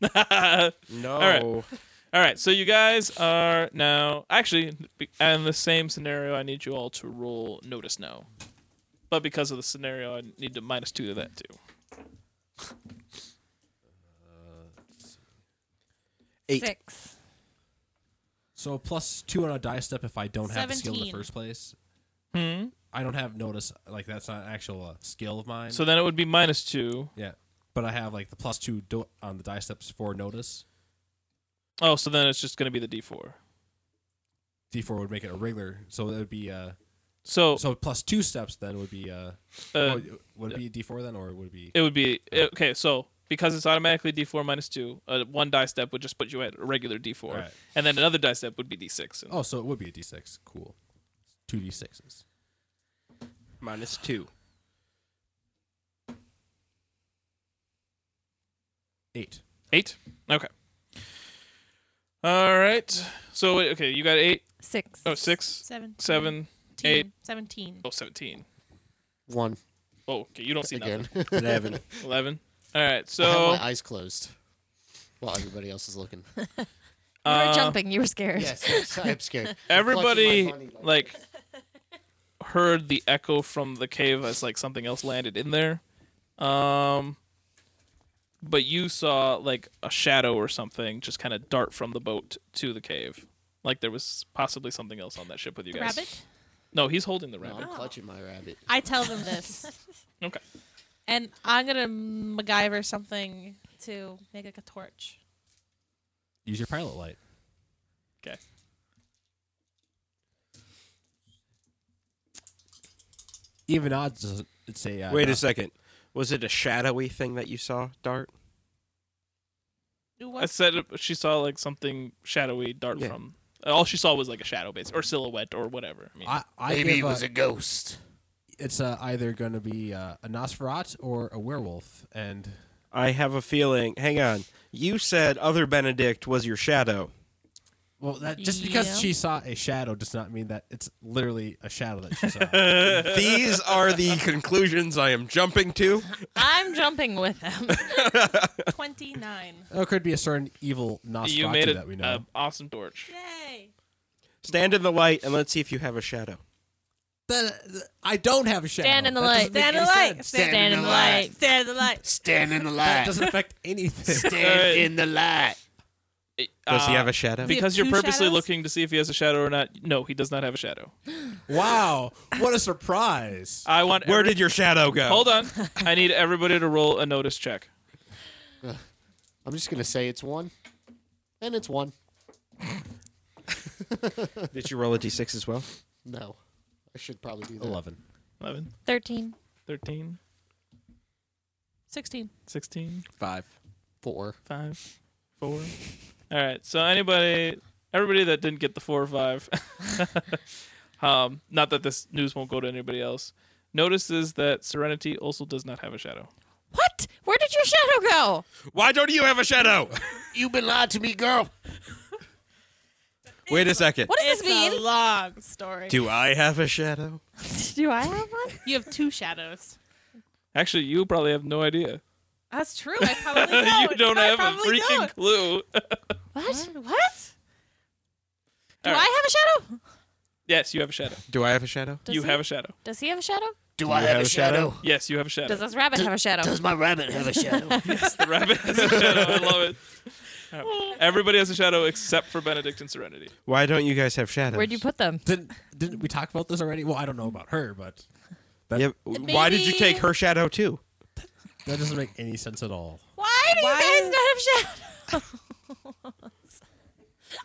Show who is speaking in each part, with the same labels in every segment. Speaker 1: No.
Speaker 2: right. All right, so you guys are now actually be- in the same scenario. I need you all to roll notice now, but because of the scenario, I need to minus two to that too.
Speaker 1: Eight.
Speaker 3: Six.
Speaker 4: So plus two on a die step if I don't have the skill in the
Speaker 3: Seventeen.
Speaker 4: first place.
Speaker 2: Hmm.
Speaker 4: I don't have notice. Like that's not an actual uh, skill of mine.
Speaker 2: So then it would be minus two.
Speaker 4: yeah, but I have like the plus two do- on the die steps for notice.
Speaker 2: Oh, so then it's just going to be the D four.
Speaker 4: D four would make it a regular, so it would be uh.
Speaker 2: So,
Speaker 4: So plus two steps then would be uh.
Speaker 2: uh,
Speaker 4: oh, would it be D four then, or would it be?
Speaker 2: it would be it- okay. So because it's automatically D four minus two, uh, one die step would just put you at a regular D four,
Speaker 4: Alright.
Speaker 2: and then another die step would be D six.
Speaker 4: Oh, so it would be a D six. Cool. Two D sixes.
Speaker 1: Minus two.
Speaker 4: Eight.
Speaker 2: Eight. Okay. All right. So wait, okay, you got eight.
Speaker 3: Six.
Speaker 2: Oh, six,
Speaker 3: Seven.
Speaker 2: seven, eight.
Speaker 3: Seventeen.
Speaker 2: Oh, 17.
Speaker 5: One
Speaker 2: Oh, okay. You don't see
Speaker 5: again.
Speaker 2: nothing.
Speaker 1: Eleven.
Speaker 2: 11. All right.
Speaker 5: I have
Speaker 2: So,
Speaker 5: my eyes closed while everybody else is looking.
Speaker 3: You were
Speaker 2: uh,
Speaker 3: jumping. You were scared.
Speaker 5: yes, yes, I'm scared. I'm clutching my
Speaker 2: everybody,
Speaker 5: money
Speaker 2: like, heard the echo from the cave as, like, something else landed in there. Um, but you saw, like, a shadow or something just kind of dart from the boat to the cave. Like, there was possibly something else on that ship with you
Speaker 3: The
Speaker 2: guys.
Speaker 3: rabbit.
Speaker 2: No, he's holding the
Speaker 5: No,
Speaker 2: rabbit.
Speaker 5: I'm clutching my rabbit.
Speaker 3: I tell them this,
Speaker 2: Okay.
Speaker 3: and I'm gonna MacGyver something to make like a torch.
Speaker 4: Use your pilot light.
Speaker 2: Okay.
Speaker 4: Even odds. doesn't- It's a uh,
Speaker 1: Wait a
Speaker 4: not-
Speaker 1: second. Was it a shadowy thing that you saw, Dart?
Speaker 3: Do
Speaker 2: I
Speaker 3: what?
Speaker 2: said she saw like something shadowy dart
Speaker 1: Yeah.
Speaker 2: from. All she saw was like a shadow base or silhouette or whatever. I mean,
Speaker 4: I, I
Speaker 5: Maybe
Speaker 4: give,
Speaker 5: it was
Speaker 4: uh,
Speaker 5: a ghost.
Speaker 4: it's uh, either going to be uh, a Nosferat or a werewolf, and
Speaker 1: I have a feeling. Hang on. You said other Benedict was your shadow.
Speaker 4: well, that just because
Speaker 3: Yeah.
Speaker 4: she saw a shadow does not mean that it's literally a shadow that she saw.
Speaker 1: These are the conclusions I am jumping to.
Speaker 3: I'm jumping with them. Twenty-nine.
Speaker 4: Oh, it could be a certain evil Nosferatu
Speaker 2: you made it
Speaker 4: that we know.
Speaker 2: uh, awesome torch.
Speaker 3: Yay!
Speaker 1: Stand in the light and let's see if you have a shadow.
Speaker 4: That- that- I don't have a shadow.
Speaker 3: Stand in the
Speaker 4: That
Speaker 3: light.
Speaker 4: doesn't make
Speaker 3: Stand in
Speaker 4: any sense.
Speaker 5: Stand in
Speaker 3: the light.
Speaker 5: the light.
Speaker 3: Stand in the light.
Speaker 5: Stand in the
Speaker 4: That
Speaker 5: light.
Speaker 4: doesn't affect anything.
Speaker 5: Stand
Speaker 2: Uh,
Speaker 5: in the light.
Speaker 1: Does he
Speaker 2: Uh,
Speaker 1: have a shadow?
Speaker 3: Be-
Speaker 2: Because
Speaker 3: Does he
Speaker 2: you're
Speaker 3: have two
Speaker 2: purposely
Speaker 3: shadows?
Speaker 2: looking to see if he has a shadow or not. No, he does not have a shadow.
Speaker 4: wow, what a surprise!
Speaker 2: I want.
Speaker 1: Where
Speaker 2: every-
Speaker 1: did your shadow go?
Speaker 2: Hold on. I need everybody to roll a notice check.
Speaker 5: I'm just gonna say it's one, and it's one.
Speaker 1: Did you roll a d6 as well?
Speaker 5: No, I should probably do that.
Speaker 4: Eleven.
Speaker 2: 11,
Speaker 3: Thirteen.
Speaker 2: 13,
Speaker 3: Sixteen.
Speaker 2: 16,
Speaker 1: Five.
Speaker 5: Four.
Speaker 2: 5, 4. All right. So anybody, everybody that didn't get the 4 or 5, um, not that this news won't go to anybody else, notices that Serenity also does not have a shadow.
Speaker 3: What? Where did your shadow go?
Speaker 1: Why don't you have a shadow?
Speaker 5: You've been lying to me, girl.
Speaker 1: Wait a second.
Speaker 3: What does
Speaker 6: It's
Speaker 3: this mean?
Speaker 6: a long story.
Speaker 1: Do I have a shadow?
Speaker 3: Do I have one? You have two shadows.
Speaker 2: Actually, you probably have no idea.
Speaker 3: That's true. I probably don't.
Speaker 2: you don't
Speaker 3: I
Speaker 2: have a
Speaker 3: probably
Speaker 2: freaking
Speaker 3: don't.
Speaker 2: clue.
Speaker 3: What? What? Do
Speaker 2: All right.
Speaker 3: I have a shadow?
Speaker 2: Yes, you have a shadow.
Speaker 1: Do I have a shadow?
Speaker 3: Does
Speaker 2: you
Speaker 3: he?
Speaker 2: have a shadow.
Speaker 3: Does he have a shadow?
Speaker 5: Do, I have, a shadow?
Speaker 2: Yes, you have a shadow.
Speaker 3: Does this rabbit have a shadow?
Speaker 5: Does my rabbit have a shadow?
Speaker 2: the rabbit has a shadow. I love it. All right. Everybody has a shadow except for Benedict and Serenity.
Speaker 1: Why don't you guys have shadows?
Speaker 3: Where'd you put them?
Speaker 4: Didn't didn't we talk about this already? Well, I don't know about her, but that,
Speaker 1: Yeah, Why did you
Speaker 3: Maybe-
Speaker 1: take her shadow too?
Speaker 4: that doesn't make any sense at all.
Speaker 3: Why do
Speaker 6: Why-
Speaker 3: you guys not have shadows?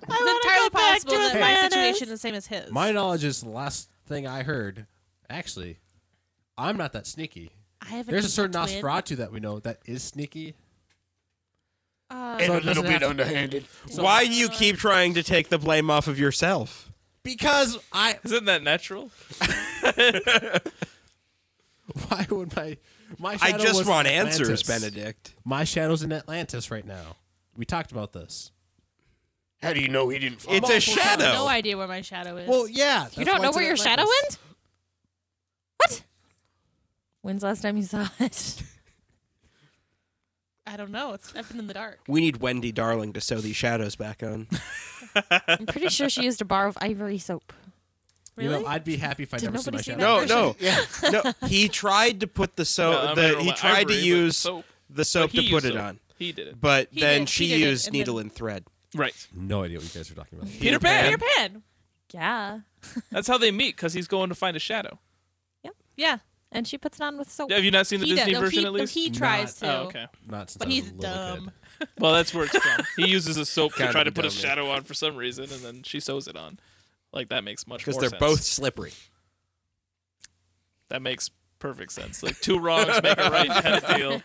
Speaker 3: it's entirely possible that my situation is the same as his.
Speaker 4: My knowledge is the last thing I heard. Actually, I'm not that sneaky.
Speaker 3: I have
Speaker 4: There's a certain
Speaker 3: twin.
Speaker 4: Nosferatu that we know that is sneaky.
Speaker 3: Uh,
Speaker 5: and
Speaker 4: So it
Speaker 5: a
Speaker 4: doesn't
Speaker 5: little bit
Speaker 4: have to-
Speaker 5: underhanded.
Speaker 1: Why do you keep trying to take the blame off of yourself?
Speaker 4: Because I,
Speaker 2: Isn't that natural?
Speaker 4: why would my my
Speaker 1: I
Speaker 4: shadow
Speaker 1: just
Speaker 4: was
Speaker 1: want
Speaker 4: Atlantis.
Speaker 1: answers, Benedict.
Speaker 4: My shadow's in Atlantis right now. We talked about this.
Speaker 5: How do you know he didn't?
Speaker 1: It's a shadow.
Speaker 3: No idea where my shadow is.
Speaker 4: Well,
Speaker 6: You
Speaker 4: yeah. that's
Speaker 6: don't
Speaker 4: why
Speaker 6: know
Speaker 4: it's
Speaker 6: where
Speaker 4: in
Speaker 6: your shadow
Speaker 4: Atlantis.
Speaker 6: went? What? When's the last time you saw it?
Speaker 3: I don't know. It's I've been in the dark.
Speaker 1: We need Wendy Darling to sew these shadows back on.
Speaker 6: I'm pretty sure she used a bar of ivory soap.
Speaker 3: Really?
Speaker 4: You know, I'd be happy if I
Speaker 6: Did
Speaker 4: never saw my
Speaker 6: nobody see
Speaker 4: shadow.
Speaker 6: that
Speaker 1: No,
Speaker 6: version?
Speaker 1: no,
Speaker 5: Yeah.
Speaker 1: no. He tried to put the soap.
Speaker 2: Well, I
Speaker 1: the,
Speaker 2: mean,
Speaker 1: he
Speaker 2: well,
Speaker 1: tried
Speaker 2: ivory,
Speaker 1: to
Speaker 2: but
Speaker 1: use
Speaker 2: soap.
Speaker 1: the soap
Speaker 2: He
Speaker 1: to put
Speaker 2: used
Speaker 1: it
Speaker 2: soap.
Speaker 1: on.
Speaker 2: He did it.
Speaker 1: But
Speaker 3: He
Speaker 1: then
Speaker 3: did,
Speaker 1: she
Speaker 3: he did it,
Speaker 1: used
Speaker 3: and
Speaker 1: needle
Speaker 3: then-
Speaker 1: and thread.
Speaker 2: Right.
Speaker 4: No idea what you guys are talking about.
Speaker 2: Peter Pan.
Speaker 3: Peter Pan.
Speaker 6: Yeah.
Speaker 2: That's how they meet because he's going to find a shadow.
Speaker 3: Yeah.
Speaker 6: And she puts it on with soap.
Speaker 2: Have you not seen the
Speaker 3: Oh, He does.
Speaker 2: Disney
Speaker 3: No,
Speaker 2: version
Speaker 3: he,
Speaker 2: at least?
Speaker 3: No, he tries to.
Speaker 2: oh, okay.
Speaker 4: Not since
Speaker 3: But
Speaker 4: I was
Speaker 3: he's
Speaker 4: a little
Speaker 3: dumb.
Speaker 2: Well, that's where it's from. he uses a soap to
Speaker 1: Gotta
Speaker 2: try
Speaker 1: be
Speaker 2: to put a
Speaker 1: dumb, yeah.
Speaker 2: shadow on for some reason, and then she sews it on. Like that makes much more
Speaker 1: Because they're
Speaker 2: sense.
Speaker 1: both slippery.
Speaker 2: That makes perfect sense. Like two wrongs make a right kind of deal.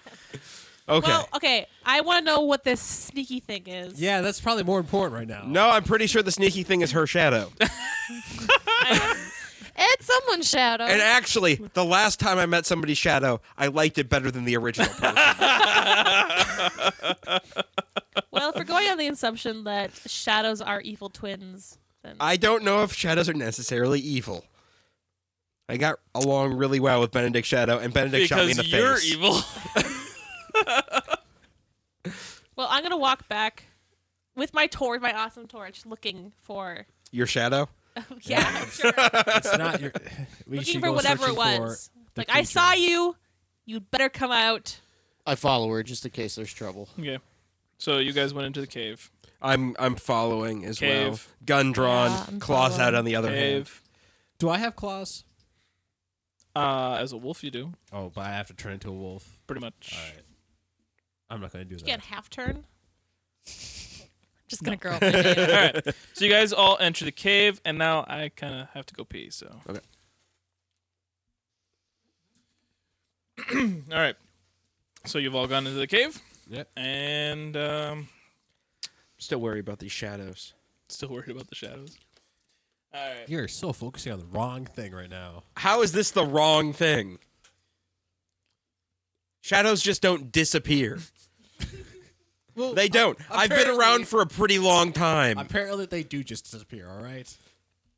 Speaker 1: Okay.
Speaker 3: Well, uh, okay. I want to know what this sneaky thing is.
Speaker 4: kid. Yeah, that's probably more important right now.
Speaker 1: no, I'm pretty sure the sneaky thing is her shadow.
Speaker 6: It's someone's shadow.
Speaker 1: and actually, the last time I met somebody's shadow, I liked it better than the original person.
Speaker 3: Well, if we're going on the assumption that shadows are evil twins, then
Speaker 1: I don't know if shadows are necessarily evil. I got along really well with Benedict Shadow, and Benedict shot me in
Speaker 2: because
Speaker 1: the
Speaker 2: you're
Speaker 1: face.
Speaker 2: evil.
Speaker 3: well, I'm gonna walk back with my torch, my awesome torch, looking for
Speaker 1: Your shadow?
Speaker 3: yeah, sure.
Speaker 4: it's not your. We
Speaker 3: looking
Speaker 4: should
Speaker 3: for
Speaker 4: go
Speaker 3: whatever
Speaker 4: searching
Speaker 3: it was.
Speaker 4: for the
Speaker 3: Like I saw
Speaker 4: creature.
Speaker 3: you, you'd better come out.
Speaker 5: I follow her just in case there's trouble.
Speaker 2: okay. So you guys went into the cave.
Speaker 1: I'm I'm following as well.
Speaker 2: Cave.
Speaker 1: Gun drawn,
Speaker 6: Yeah, I'm
Speaker 1: claws out
Speaker 6: following.
Speaker 1: on the other hand.
Speaker 2: Cave.
Speaker 4: Do I have claws?
Speaker 2: Uh, as a wolf, you do
Speaker 4: Oh, but I have to turn into a wolf.
Speaker 2: pretty much.
Speaker 4: All right. I'm not going to do
Speaker 3: You
Speaker 4: that.
Speaker 3: can't half turn.
Speaker 6: just gonna grow up. my hair.
Speaker 2: All right. So you guys all enter the cave, and now I kind of have to go pee. So.
Speaker 1: Okay.
Speaker 2: all right. So you've all gone into the cave.
Speaker 4: Yep.
Speaker 2: And um,
Speaker 1: Still worry about these shadows.
Speaker 2: still worried about the shadows. All right.
Speaker 4: You're so focusing on the wrong thing right now.
Speaker 1: How is this the wrong thing? Shadows just don't disappear.
Speaker 4: Well,
Speaker 1: They don't. I've been around for a pretty long time.
Speaker 4: Apparently, they do just disappear. All right,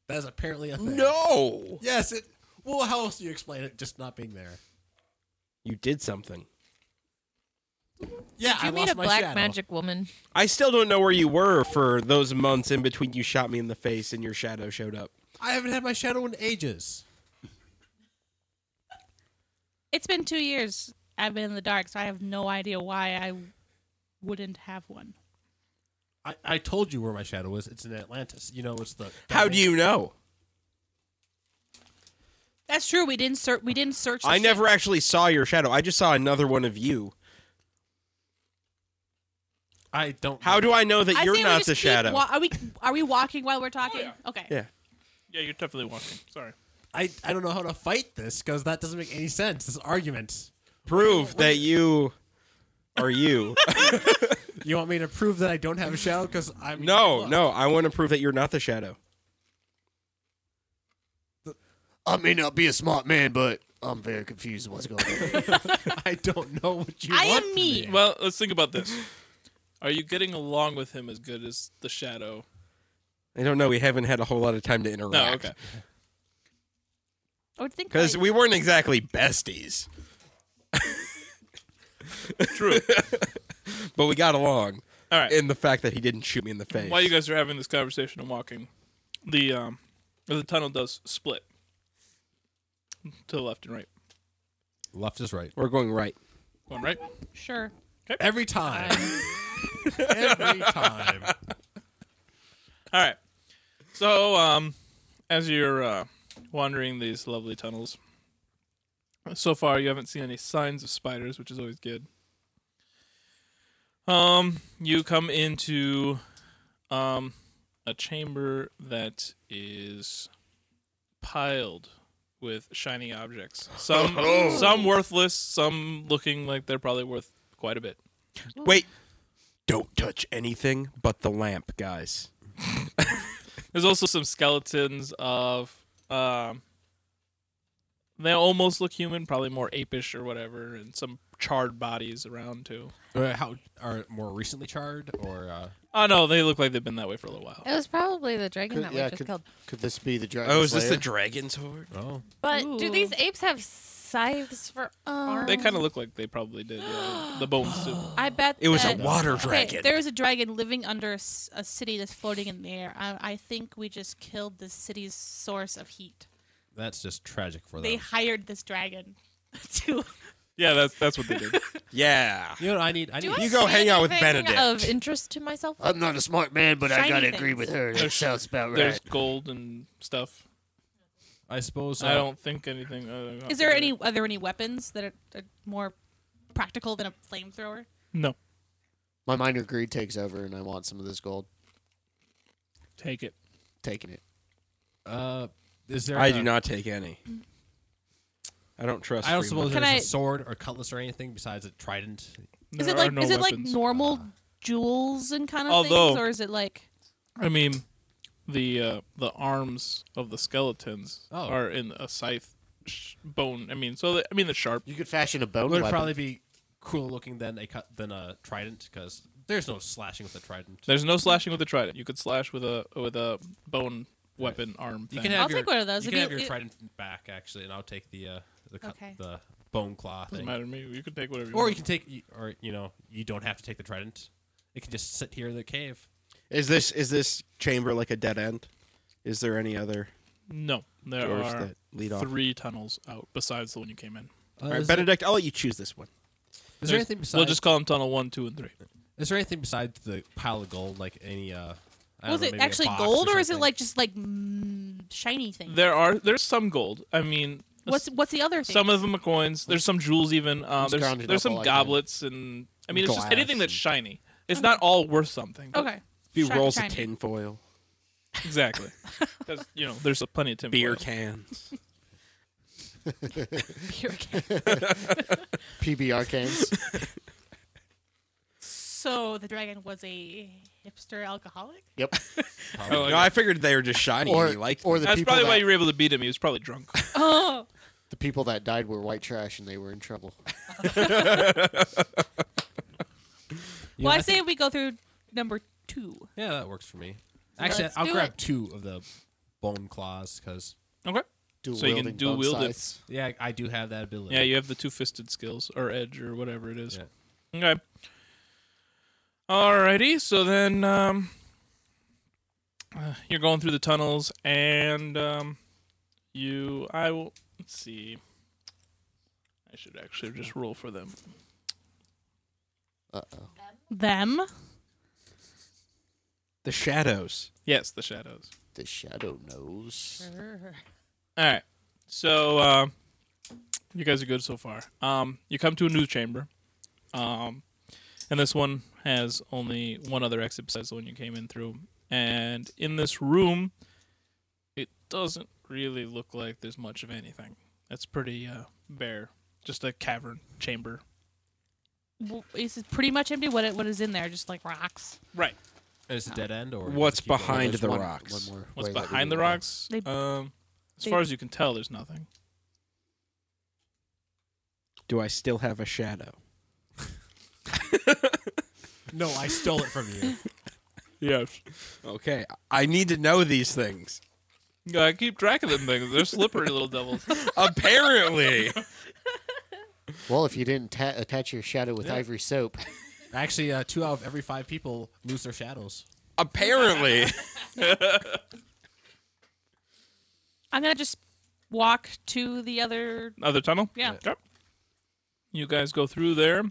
Speaker 4: that is apparently a thing.
Speaker 1: No.
Speaker 4: Yes. It. Well, how else do you explain it? Just not being there.
Speaker 1: You did something.
Speaker 4: Yeah, I
Speaker 6: you mean
Speaker 4: lost
Speaker 6: a
Speaker 4: my
Speaker 6: black
Speaker 4: shadow.
Speaker 6: magic woman?
Speaker 1: I still don't know where you were for those months in between you shot me in the face and your shadow showed up.
Speaker 4: I haven't had my shadow in ages.
Speaker 3: It's been two years. I've been in the dark, so I have no idea why I wouldn't have one.
Speaker 4: I, I told you where my shadow was. It's in Atlantis. You know, it's the.
Speaker 1: How do you know?
Speaker 3: That's true. We didn't search. We didn't search. the
Speaker 1: I
Speaker 3: ship.
Speaker 1: never actually saw your shadow. I just saw another one of you.
Speaker 4: I don't.
Speaker 1: How do I know that
Speaker 3: I
Speaker 1: you're
Speaker 3: say we
Speaker 1: not
Speaker 3: just
Speaker 1: the
Speaker 3: keep
Speaker 1: shadow?
Speaker 3: wa- are we? Are we walking while we're talking? Okay.
Speaker 1: yeah.
Speaker 2: Yeah, you're definitely walking. Sorry.
Speaker 4: I, I don't know how to fight this because that doesn't make any sense. This argument.
Speaker 1: Prove that you are you.
Speaker 4: You want me to prove that I don't have a shadow because I'm
Speaker 1: no,
Speaker 4: Look,
Speaker 1: no. I want to prove that you're not the shadow.
Speaker 5: I may not be a smart man, but I'm very confused what's going on.
Speaker 4: I don't know what you.
Speaker 3: I
Speaker 4: want
Speaker 3: am
Speaker 4: from
Speaker 3: me.
Speaker 2: Well, let's think about this. Are you getting along with him as good as the shadow?
Speaker 1: I don't know. We haven't had a whole lot of time to
Speaker 2: No,
Speaker 1: interact.
Speaker 2: okay.
Speaker 3: I would think
Speaker 1: Because
Speaker 3: like-
Speaker 1: we weren't exactly besties,
Speaker 2: True.
Speaker 1: but we got along
Speaker 2: All right.
Speaker 1: in the fact that he didn't shoot me in the face.
Speaker 2: While you guys are having this conversation and walking, the um, the tunnel does split to the left and right.
Speaker 4: me. Left is right.
Speaker 1: We're going right.
Speaker 2: One right.
Speaker 3: sure.
Speaker 4: Every time. Every time.
Speaker 2: All right. So, um, as you're uh, wandering these lovely tunnels, so far you haven't seen any signs of spiders, which is always good. Um, you come into um, a chamber that is piled with shiny objects. Some some worthless, some looking like they're probably worth quite a bit.
Speaker 1: Wait. Don't touch anything but the lamp, guys.
Speaker 2: There's also some skeletons of um, They almost look human, probably more apish or whatever, and some charred bodies around too.
Speaker 4: Uh, how are more recently charred or uh,
Speaker 2: Oh no, they look like they've been that way for a little while.
Speaker 6: It was probably the dragon
Speaker 5: Could-
Speaker 6: that we
Speaker 5: yeah,
Speaker 6: just
Speaker 5: could-
Speaker 6: killed.
Speaker 5: Could this be the dragon?
Speaker 1: Oh, is this the
Speaker 5: Slayer?
Speaker 1: dragon's horde?
Speaker 4: oh
Speaker 6: But do these
Speaker 3: Ooh.
Speaker 6: apes have scythes for um, arms?
Speaker 2: They kind of look like they probably did. yeah. The bones too.
Speaker 3: I bet
Speaker 1: It was a
Speaker 3: that-
Speaker 1: water
Speaker 3: Okay,
Speaker 1: dragon.
Speaker 3: there is a dragon living under a, s- a city that's floating in the air. I, I think we just killed the city's source of heat.
Speaker 4: that's just tragic for them.
Speaker 3: They hired this dragon to.
Speaker 2: Yeah, that's that's what they did.
Speaker 1: yeah.
Speaker 4: you know what I need I
Speaker 6: Do
Speaker 4: need
Speaker 6: I
Speaker 1: You go
Speaker 6: say
Speaker 1: hang out with
Speaker 6: anything
Speaker 1: Benedict.
Speaker 6: Of interest to myself.
Speaker 5: I'm not a smart man, but I
Speaker 3: Shiny
Speaker 5: gotta agree
Speaker 3: things.
Speaker 5: with her. That
Speaker 2: There's-
Speaker 5: sounds about
Speaker 2: Oh, There's
Speaker 5: right.
Speaker 2: gold and stuff.
Speaker 4: I suppose
Speaker 2: I
Speaker 4: uh,
Speaker 2: don't think anything. uh, I don't-
Speaker 3: Is there any? Are there any weapons that are, are more practical than a flamethrower?
Speaker 2: No,
Speaker 5: My minor greed takes over, and I want some of this gold.
Speaker 2: take it.
Speaker 5: Taking it.
Speaker 4: Uh, is there?
Speaker 1: I
Speaker 4: a-
Speaker 1: do not take any. I don't trust.
Speaker 4: I don't
Speaker 1: free
Speaker 4: suppose
Speaker 1: will.
Speaker 3: Can
Speaker 4: there's a
Speaker 3: I-
Speaker 4: sword or cutlass or anything besides a trident.
Speaker 3: Is
Speaker 2: There
Speaker 3: it
Speaker 2: are
Speaker 3: like
Speaker 2: no
Speaker 3: is it like
Speaker 2: weapons.
Speaker 3: normal jewels and kind of
Speaker 2: Although-
Speaker 3: things, or is it like
Speaker 2: I mean, the uh, the arms of the skeletons
Speaker 4: Oh.
Speaker 2: are in a scythe sh- bone. I mean, so the, I mean the sharp.
Speaker 5: You could fashion a bone
Speaker 4: It would
Speaker 5: weapon.
Speaker 4: probably be cooler looking than a cut than a trident because there's no slashing with a trident.
Speaker 2: There's no slashing with a trident. You could slash with a with a bone weapon arm.
Speaker 4: You
Speaker 2: thing.
Speaker 4: can have
Speaker 3: I'll
Speaker 4: your,
Speaker 3: take one of those.
Speaker 4: You
Speaker 3: If
Speaker 4: can
Speaker 3: you-
Speaker 4: have your
Speaker 3: it-
Speaker 4: trident back actually, and I'll take the uh, the cut,
Speaker 3: Okay.
Speaker 4: the bone claw
Speaker 2: Doesn't
Speaker 4: thing.
Speaker 2: matter to me. You could take whatever. You
Speaker 4: Or
Speaker 2: want.
Speaker 4: you can take, you- or you know, you don't have to take the trident. It can just sit here in the cave.
Speaker 1: Is this is this chamber like a dead end? Is there any other
Speaker 2: No, there
Speaker 1: doors
Speaker 2: are
Speaker 1: that lead off?
Speaker 2: three tunnels out besides the one you came in.
Speaker 4: Uh,
Speaker 1: All right, Benedict, I'll let you choose this one.
Speaker 4: is there
Speaker 2: There's-
Speaker 4: anything besides?
Speaker 2: We'll just call them tunnel one, two, and three.
Speaker 4: is there anything besides the pile of gold? Like any? Uh, I don't
Speaker 3: was
Speaker 4: know,
Speaker 3: it
Speaker 4: maybe a
Speaker 3: actually
Speaker 4: box
Speaker 3: gold, or, is it
Speaker 4: something?
Speaker 3: like just like mm, shiny things?
Speaker 2: There are there's some gold. I mean,
Speaker 3: What's what's the other? Thing?
Speaker 2: some of them are coins. There's some jewels even. Um, there's
Speaker 5: scrounging
Speaker 2: there's
Speaker 5: up all
Speaker 2: some
Speaker 5: I can.
Speaker 2: goblets and I mean it's just
Speaker 5: Glass
Speaker 2: anything that's
Speaker 5: and-
Speaker 2: shiny. It's not all worth something. but-
Speaker 3: okay.
Speaker 1: A few
Speaker 3: Shiny,
Speaker 1: rolls
Speaker 3: shiny.
Speaker 1: of tin foil,
Speaker 2: Exactly. Because you know there's a plenty of Oh, tin.
Speaker 1: beer
Speaker 2: foil.
Speaker 1: cans.
Speaker 5: PBR cans.
Speaker 3: So the dragon was a hipster alcoholic.
Speaker 5: yep.
Speaker 2: Oh,
Speaker 1: No, I figured they were just shiny.
Speaker 5: Or,
Speaker 1: and you liked
Speaker 5: or
Speaker 1: them.
Speaker 5: the
Speaker 2: That's
Speaker 5: people
Speaker 2: probably
Speaker 5: that,
Speaker 2: why you were able to beat him. He was probably drunk.
Speaker 3: Oh,
Speaker 5: the people that died were white trash, and they were in trouble.
Speaker 4: You know,
Speaker 3: well, I,
Speaker 4: I
Speaker 3: say we go through number two.
Speaker 4: Yeah, that works for me. Actually,
Speaker 6: Let's
Speaker 4: I'll
Speaker 6: do
Speaker 4: grab
Speaker 6: it.
Speaker 4: two of the bone claws because
Speaker 2: okay.
Speaker 5: Dual
Speaker 2: So you can
Speaker 5: wielding
Speaker 2: dual
Speaker 5: bone
Speaker 2: wield it.
Speaker 5: scythes.
Speaker 4: yeah, I do have that ability.
Speaker 2: Yeah, you have the two fisted skills or edge or whatever it is.
Speaker 4: Yeah.
Speaker 2: Okay. Alrighty. So then um, uh, you're going through the tunnels and um, you. I will. Let's see. I should actually just roll for them.
Speaker 5: Uh-oh.
Speaker 3: Them.
Speaker 1: the shadows.
Speaker 2: Yes, the shadows.
Speaker 5: The shadow knows.
Speaker 2: All right. So uh, you guys are good so far. Um, you come to a new chamber, um, and this one has only one other exit besides the one you came in through. And in this room, it doesn't really look like there's much of anything. It's pretty uh, bare, just a cavern chamber.
Speaker 3: W- Is it pretty much empty? What it- what is in there? Just like rocks.
Speaker 2: Right.
Speaker 4: Is it dead end or does
Speaker 1: What's
Speaker 4: it keep going?
Speaker 1: behind
Speaker 5: There's
Speaker 1: the
Speaker 5: one-
Speaker 1: rocks?
Speaker 5: one more
Speaker 2: What's
Speaker 5: way that we
Speaker 2: behind the
Speaker 5: can go.
Speaker 2: rocks?
Speaker 3: They-
Speaker 2: um, as
Speaker 3: they-
Speaker 2: far as you can tell, there's nothing.
Speaker 1: Do I still have a shadow?
Speaker 4: No, I stole it from you.
Speaker 2: Yes.
Speaker 1: Okay, I need to know these things.
Speaker 2: Gotta keep track of them things. They're slippery little devils.
Speaker 1: Apparently,
Speaker 5: Well, if you didn't ta- attach your shadow with ivory soap,
Speaker 4: Actually, uh, two out of every five people lose their shadows.
Speaker 1: apparently.
Speaker 3: I'm gonna just walk to the other.
Speaker 2: Other tunnel?
Speaker 3: Yeah.
Speaker 2: Okay. You guys go through there.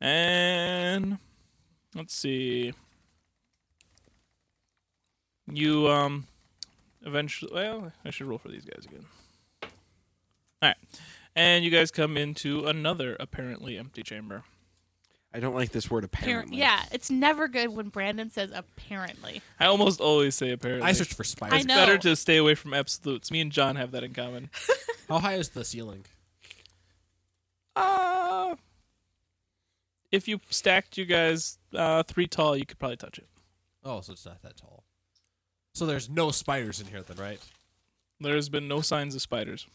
Speaker 2: And let's see. You um eventually well, I should roll for these guys again. Alright. And you guys come into another apparently empty chamber.
Speaker 1: I don't like this word
Speaker 3: Par-
Speaker 1: apparently.
Speaker 3: yeah, it's never good when Brandon says apparently.
Speaker 2: I almost always say apparently.
Speaker 4: I searched for spiders.
Speaker 3: I know.
Speaker 2: Better to stay away from absolutes. Me and John have that in common.
Speaker 4: How high is the ceiling?
Speaker 2: Uh, if you stacked you guys uh, three tall, you could probably touch it.
Speaker 4: Oh, so it's not that tall. So there's no spiders in here then, right?
Speaker 2: There's been no signs of spiders.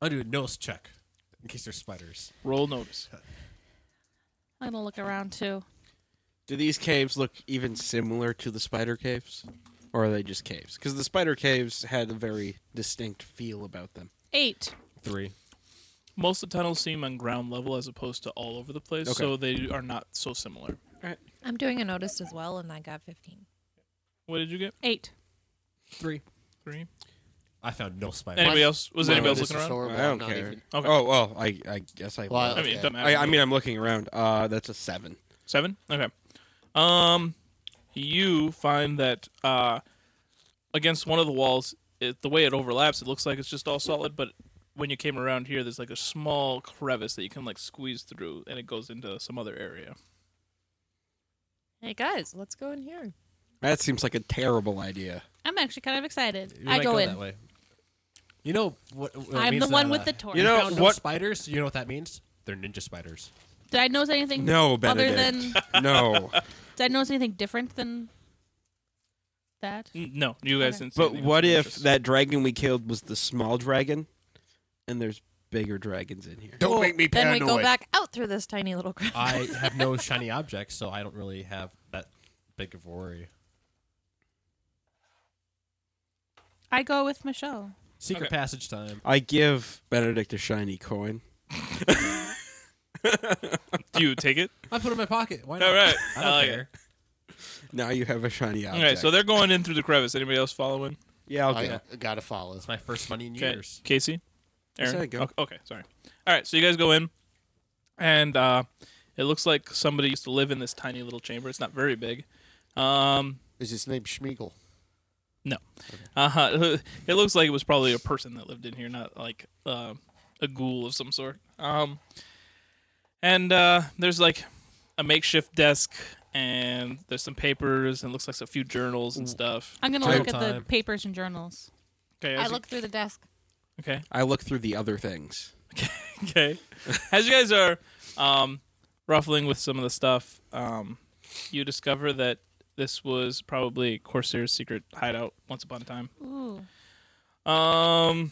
Speaker 4: I'll do a nose check in case there's spiders.
Speaker 2: Roll notice.
Speaker 3: I'm gonna look around too.
Speaker 1: Do these caves look even similar to the spider caves? Or are they just caves? Because the spider caves had a very distinct feel about them.
Speaker 3: Eight.
Speaker 4: Three.
Speaker 2: Most of the tunnels seem on ground level as opposed to all over the place,
Speaker 1: Okay.
Speaker 2: so they are not so similar.
Speaker 6: I'm doing a notice as well, and I got 15.
Speaker 2: What did you get?
Speaker 3: Eight.
Speaker 4: Three.
Speaker 2: Three.
Speaker 4: I found no spiders.
Speaker 2: Anybody else? Was
Speaker 5: My
Speaker 2: anybody else
Speaker 5: notice
Speaker 2: looking
Speaker 5: is
Speaker 2: around?
Speaker 5: horrible.
Speaker 1: I don't
Speaker 5: Not
Speaker 1: care.
Speaker 5: even-
Speaker 2: Okay.
Speaker 1: Oh well, I I guess I.
Speaker 5: Well,
Speaker 1: will.
Speaker 2: I mean, it
Speaker 5: okay.
Speaker 2: doesn't matter.
Speaker 1: I, I mean, I'm looking around. Uh, that's a seven.
Speaker 2: Seven. Okay. Um, you find that uh, against one of the walls, it, the way it overlaps, it looks like it's just all solid. But when you came around here, there's like a small crevice that you can like squeeze through, and it goes into some other area.
Speaker 6: Hey, guys, let's go in here.
Speaker 1: That seems like a terrible idea.
Speaker 3: I'm actually kind of excited.
Speaker 4: We
Speaker 3: I
Speaker 4: might
Speaker 3: go, in.
Speaker 4: That way. You know what? what it
Speaker 3: I'm
Speaker 4: means
Speaker 3: the one
Speaker 4: that,
Speaker 3: with
Speaker 4: uh,
Speaker 3: the torch.
Speaker 1: you know-
Speaker 4: we found no
Speaker 1: what-
Speaker 4: spiders. You know what that means? They're ninja spiders.
Speaker 3: did I notice anything?
Speaker 1: No,
Speaker 3: Other
Speaker 1: Benedict.
Speaker 3: than did
Speaker 1: No,
Speaker 3: I notice anything different than that?
Speaker 2: N- No, you guys
Speaker 3: Okay.
Speaker 2: didn't. see
Speaker 1: but
Speaker 2: anything
Speaker 1: what
Speaker 2: of
Speaker 1: if
Speaker 2: interest.
Speaker 1: that dragon we killed was the small dragon, and there's bigger dragons in here?
Speaker 5: Don't make me
Speaker 6: Then we
Speaker 5: paranoid.
Speaker 6: go back out through this tiny little crack.
Speaker 4: I have no shiny objects, so I don't really have that big of a worry.
Speaker 3: I go with Michelle.
Speaker 4: Secret
Speaker 2: Okay.
Speaker 4: passage time.
Speaker 1: I give Benedict a shiny coin.
Speaker 2: Do you take it?
Speaker 4: I put it in my pocket. Why not?
Speaker 2: All right.
Speaker 4: I
Speaker 2: I
Speaker 4: don't
Speaker 2: like it.
Speaker 4: care.
Speaker 1: Now you have a shiny object.
Speaker 2: Okay, so they're going in through the crevice. Anybody else following?
Speaker 1: yeah, I'll
Speaker 5: I
Speaker 1: do it.
Speaker 5: gotta follow.
Speaker 4: It's my first money in
Speaker 2: Okay.
Speaker 4: years.
Speaker 2: Casey? Aaron?
Speaker 1: said go.
Speaker 2: Okay, okay, sorry. All right, so you guys go in, and uh, it looks like somebody used to live in this tiny little chamber. It's not very big. Um,
Speaker 5: Is his name Schmiegel?
Speaker 2: no. Uh-huh. It looks like it was probably a person that lived in here, not like uh, a ghoul of some sort. Um, and uh, there's like a makeshift desk, and there's some papers, and it looks like a few journals and stuff.
Speaker 3: I'm gonna
Speaker 1: Time.
Speaker 3: look at the
Speaker 4: Time.
Speaker 3: papers and journals.
Speaker 2: Okay,
Speaker 6: I
Speaker 2: as you-
Speaker 6: look through the desk.
Speaker 2: Okay.
Speaker 1: I look through the other things.
Speaker 2: Okay. As you guys are um, ruffling with some of the stuff, um, you discover that this was probably Corsair's secret hideout once upon a time.
Speaker 3: Ooh.
Speaker 2: Um,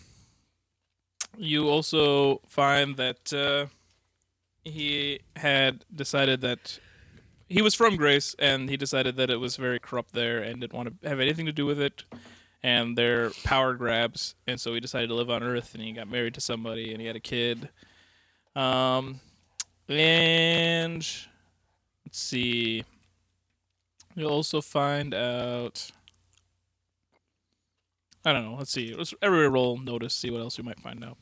Speaker 2: you also find that uh, he had decided that he was from Grace, and he decided that it was very corrupt there and didn't want to have anything to do with it. And their power grabs, and so he decided to live on Earth, and he got married to somebody, and he had a kid. Um, and let's see. You'll also find out. I don't know. Let's see. Let's everybody roll notice. See what else we might find out.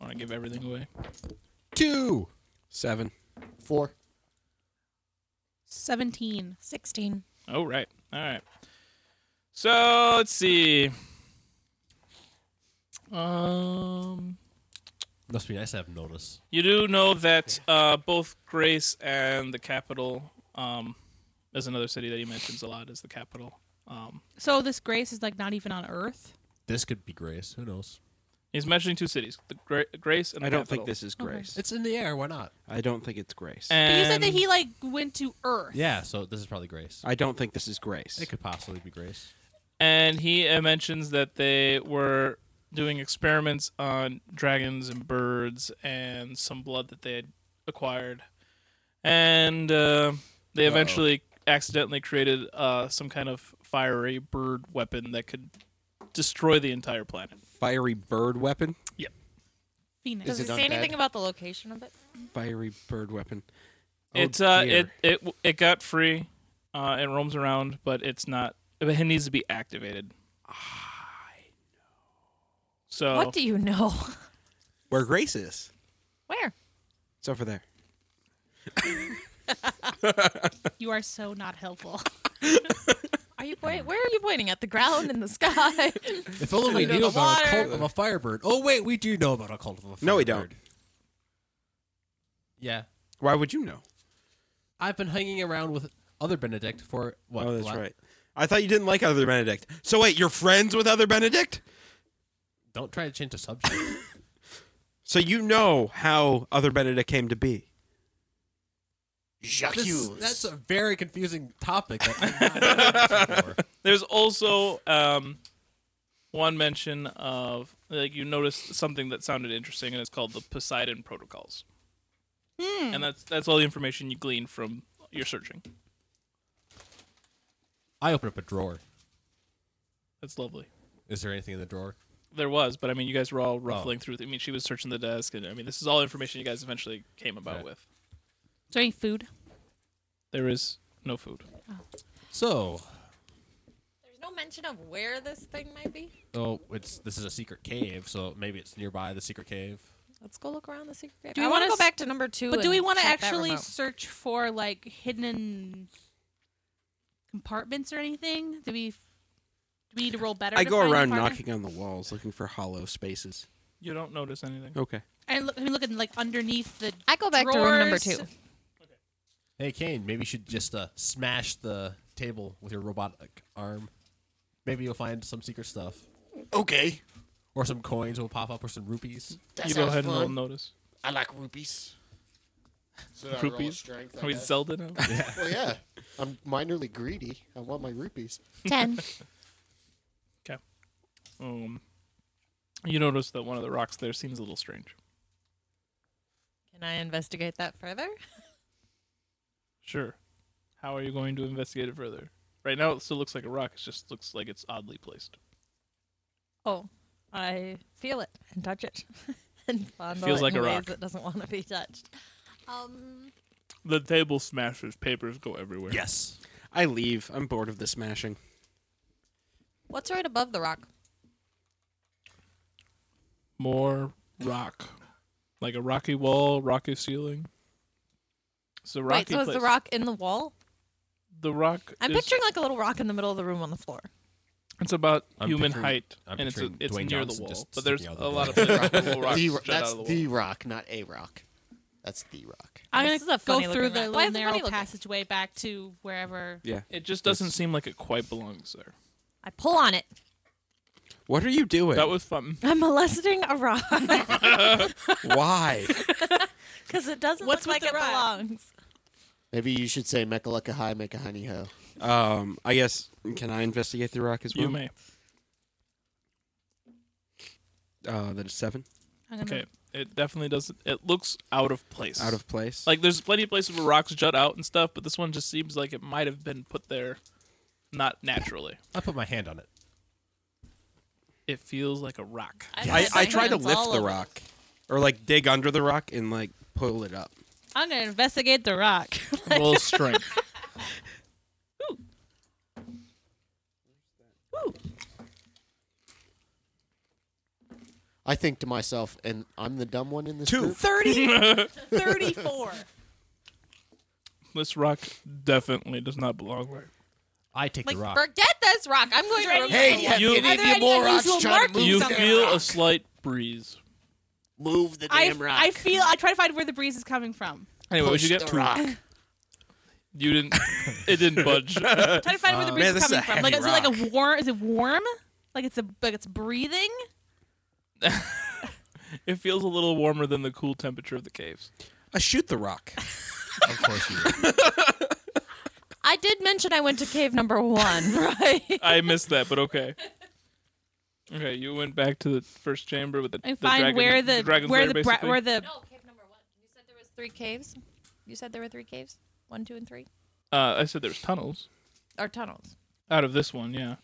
Speaker 2: I want to give everything away.
Speaker 4: Two.
Speaker 1: Seven.
Speaker 5: Four.
Speaker 3: Seventeen.
Speaker 6: 16.
Speaker 2: Oh right. All right. So let's see. Um,
Speaker 4: Must be nice to have notice.
Speaker 2: you do know that uh, both Grace and the capital um, is another city that he mentions a lot as the capital. Um,
Speaker 3: So this Grace is like not even on Earth.
Speaker 4: This could be Grace. Who knows?
Speaker 2: he's mentioning two cities: the Gra- Grace and the
Speaker 1: I don't
Speaker 2: capital.
Speaker 1: think this is Grace.
Speaker 4: It's in the air. Why not?
Speaker 1: I don't think it's Grace.
Speaker 3: But
Speaker 2: And
Speaker 3: you said that he like went to Earth.
Speaker 4: Yeah. So this is probably Grace.
Speaker 1: I don't think this is Grace.
Speaker 4: It could possibly be Grace.
Speaker 2: and he uh, mentions that they were doing experiments on dragons and birds and some blood that they had acquired and uh, they eventually accidentally created uh, some kind of fiery bird weapon that could destroy the entire planet
Speaker 1: Fiery bird weapon.
Speaker 3: Phoenix.
Speaker 6: Does
Speaker 5: it
Speaker 6: it, say
Speaker 5: undead?
Speaker 6: anything about the location of it?
Speaker 1: Fiery bird weapon. Oh,
Speaker 2: it's uh
Speaker 1: dear.
Speaker 2: it, it it got free uh, it roams around but it's not it needs to be activated so
Speaker 6: What do you know?
Speaker 1: where Grace is.
Speaker 6: Where?
Speaker 1: It's over there.
Speaker 3: You are so not helpful.
Speaker 6: Are you point- Where are you pointing? At the ground in the sky?
Speaker 4: If only we
Speaker 6: Under
Speaker 4: knew
Speaker 6: the
Speaker 4: about a
Speaker 6: water.
Speaker 4: cult of a firebird. Oh wait, we do know about a cult of a firebird.
Speaker 1: No, we don't.
Speaker 4: Yeah,
Speaker 1: Why would you know?
Speaker 4: I've been hanging around with other Benedict for what?
Speaker 1: oh, that's
Speaker 4: the la-
Speaker 1: right. I thought you didn't like Other Benedict. So wait, you're friends with Other Benedict?
Speaker 4: Don't try to change the subject.
Speaker 1: So you know how Other Benedict came to be.
Speaker 5: Jacques.
Speaker 4: This- that's a very confusing topic. That I'm not for.
Speaker 2: There's also um, one mention of like you noticed something that sounded interesting, and it's called the Poseidon Protocols.
Speaker 6: Hmm.
Speaker 2: And that's that's all the information you glean from your searching.
Speaker 4: I open up a drawer.
Speaker 2: That's lovely.
Speaker 4: Is there anything in the drawer?
Speaker 2: There was, but I mean, you guys were
Speaker 6: Oh.
Speaker 2: all ruffling through. I mean, she was searching the desk, and I mean, this is all information you guys eventually came about
Speaker 4: Right.
Speaker 2: with.
Speaker 3: Is there any food?
Speaker 2: There is no food.
Speaker 4: So,
Speaker 6: There's no mention of where this thing might be.
Speaker 4: oh, it's this is a secret cave, so maybe it's nearby the secret cave.
Speaker 6: Let's go look around the secret. cave.
Speaker 3: Do
Speaker 6: I
Speaker 3: we
Speaker 6: want to
Speaker 3: wanna
Speaker 6: go
Speaker 3: s-
Speaker 6: back to number two.
Speaker 3: But do we
Speaker 6: want to
Speaker 3: actually search for like hidden compartments or anything? Do we? Do we need to roll better?
Speaker 1: I
Speaker 3: to
Speaker 1: go
Speaker 3: find
Speaker 1: around
Speaker 3: compartments?
Speaker 1: knocking on the walls looking for hollow spaces.
Speaker 2: You don't notice anything.
Speaker 1: Okay.
Speaker 3: I look, I'm looking like underneath the.
Speaker 6: I go back to room number two.
Speaker 3: drawers.
Speaker 4: Hey, Kane, maybe you should just uh, smash the table with your robotic arm. Maybe you'll find some secret stuff,
Speaker 5: Okay.
Speaker 4: or some coins will pop up, or some rupees.
Speaker 5: That
Speaker 2: you go
Speaker 5: sounds
Speaker 2: ahead and roll
Speaker 5: fun.
Speaker 2: notice.
Speaker 5: I like rupees. So I roll a
Speaker 2: Rupees?
Speaker 5: strength, I
Speaker 2: Are we
Speaker 5: guess.
Speaker 2: Zelda now?
Speaker 5: Well, yeah. I'm minorly greedy. I want my rupees.
Speaker 6: Ten.
Speaker 2: um, you notice that one of the rocks there seems a little strange.
Speaker 6: Can I investigate that further?
Speaker 2: Sure. How are you going to investigate it further? Right now, it still looks like a rock. It just looks like it's oddly placed.
Speaker 6: Oh, I feel it and touch it and fondle
Speaker 2: Feels
Speaker 6: it
Speaker 2: like
Speaker 6: in
Speaker 2: a
Speaker 6: ways
Speaker 2: rock.
Speaker 6: that doesn't want to be touched. Um,
Speaker 2: The table smashes. Papers go everywhere.
Speaker 4: Yes.
Speaker 1: I leave. I'm bored of the smashing.
Speaker 6: what's right above the rock?
Speaker 2: More rock. Like a rocky wall, rocky ceiling. It's a rocky
Speaker 6: Wait, so is
Speaker 2: place.
Speaker 6: the rock in the wall?
Speaker 2: The rock
Speaker 6: I'm
Speaker 2: is-
Speaker 6: picturing like a little rock in the middle of the room on the floor.
Speaker 2: It's about
Speaker 4: I'm
Speaker 2: human
Speaker 4: picturing-
Speaker 2: height,
Speaker 4: I'm
Speaker 2: and it's a,
Speaker 4: picturing
Speaker 2: it's
Speaker 4: Dwayne
Speaker 2: near
Speaker 4: Johnson
Speaker 2: the wall.
Speaker 4: just
Speaker 2: But there's
Speaker 4: sticking
Speaker 2: a
Speaker 4: out the
Speaker 2: lot of
Speaker 4: door.
Speaker 2: big rock, little rocks
Speaker 5: The,
Speaker 2: straight out of
Speaker 5: that's
Speaker 2: the wall.
Speaker 5: the rock, not a rock. That's the rock.
Speaker 3: I'm
Speaker 6: This
Speaker 3: gonna
Speaker 6: is a
Speaker 3: go
Speaker 6: funny
Speaker 3: through
Speaker 6: looking
Speaker 3: the
Speaker 6: rock. Why
Speaker 3: little
Speaker 6: is it funny
Speaker 3: narrow
Speaker 6: looking?
Speaker 3: passageway back to wherever.
Speaker 1: Yeah.
Speaker 2: It just doesn't seem like it quite belongs there.
Speaker 6: I pull on it.
Speaker 1: What are you doing?
Speaker 2: That was fun.
Speaker 6: I'm molesting a rock
Speaker 1: Why?
Speaker 6: because it doesn't
Speaker 3: What's
Speaker 6: look like
Speaker 3: with
Speaker 6: it
Speaker 3: the rock?
Speaker 6: belongs.
Speaker 5: Maybe you should say Mekaleka hi, make a honey ho.
Speaker 1: um, I guess can I investigate the rock as well?
Speaker 2: You may.
Speaker 1: Uh, that is seven
Speaker 3: I'm gonna
Speaker 2: Okay. It definitely doesn't. It looks out of place.
Speaker 1: out of place.
Speaker 2: like there's plenty of places where rocks jut out and stuff, but this one just seems like it might have been put there, not naturally.
Speaker 4: I put my hand on it.
Speaker 2: It feels like a rock.
Speaker 1: I, I tried to
Speaker 6: It's
Speaker 1: lift
Speaker 6: all
Speaker 1: the
Speaker 6: over.
Speaker 1: rock, or like dig under the rock and like pull it up.
Speaker 3: I'm gonna investigate the rock.
Speaker 2: Roll strength.
Speaker 5: I think to myself, and I'm the dumb one in this group.
Speaker 6: 30, 34.
Speaker 2: This rock definitely does not belong there.
Speaker 4: I take
Speaker 6: Like,
Speaker 4: the rock.
Speaker 6: forget this rock. I'm going to remove
Speaker 5: Hey,
Speaker 6: it.
Speaker 5: have
Speaker 2: You-
Speaker 5: any
Speaker 6: Are
Speaker 5: of
Speaker 6: there
Speaker 5: you
Speaker 6: any
Speaker 5: morons
Speaker 6: unusual
Speaker 5: trying to
Speaker 6: markings
Speaker 5: move
Speaker 2: You
Speaker 6: on
Speaker 5: the
Speaker 6: the
Speaker 2: feel
Speaker 5: rock?
Speaker 2: a slight breeze.
Speaker 5: Move the
Speaker 3: I,
Speaker 5: damn rock.
Speaker 3: I feel. I try to find where the breeze is coming from.
Speaker 2: Anyway, what'd
Speaker 5: Push
Speaker 2: you get?
Speaker 5: the rock.
Speaker 2: You didn't. It didn't budge.
Speaker 3: Try to find where the breeze
Speaker 1: Oh. man,
Speaker 3: is
Speaker 1: this is
Speaker 3: coming
Speaker 1: a
Speaker 3: from. Like,
Speaker 1: heavy
Speaker 3: is it like a
Speaker 1: rock.
Speaker 3: warm? Is it warm? Like it's a like it's breathing.
Speaker 2: It feels a little warmer than the cool temperature of the caves.
Speaker 1: I shoot the rock.
Speaker 4: of course you. do.
Speaker 6: I did mention I went to cave number one, right?
Speaker 2: I missed that, but okay. Okay, you went back to the first chamber with the,
Speaker 3: I
Speaker 2: the
Speaker 3: find
Speaker 2: dragon,
Speaker 3: where the,
Speaker 2: dragon's
Speaker 3: where
Speaker 2: lair,
Speaker 3: the bra-
Speaker 2: basically.
Speaker 3: where the
Speaker 6: cave number one. You said there was three caves. You said there were three caves. One, two, and three.
Speaker 2: uh, I said there's tunnels
Speaker 6: Or tunnels.
Speaker 2: out of this one. Yeah.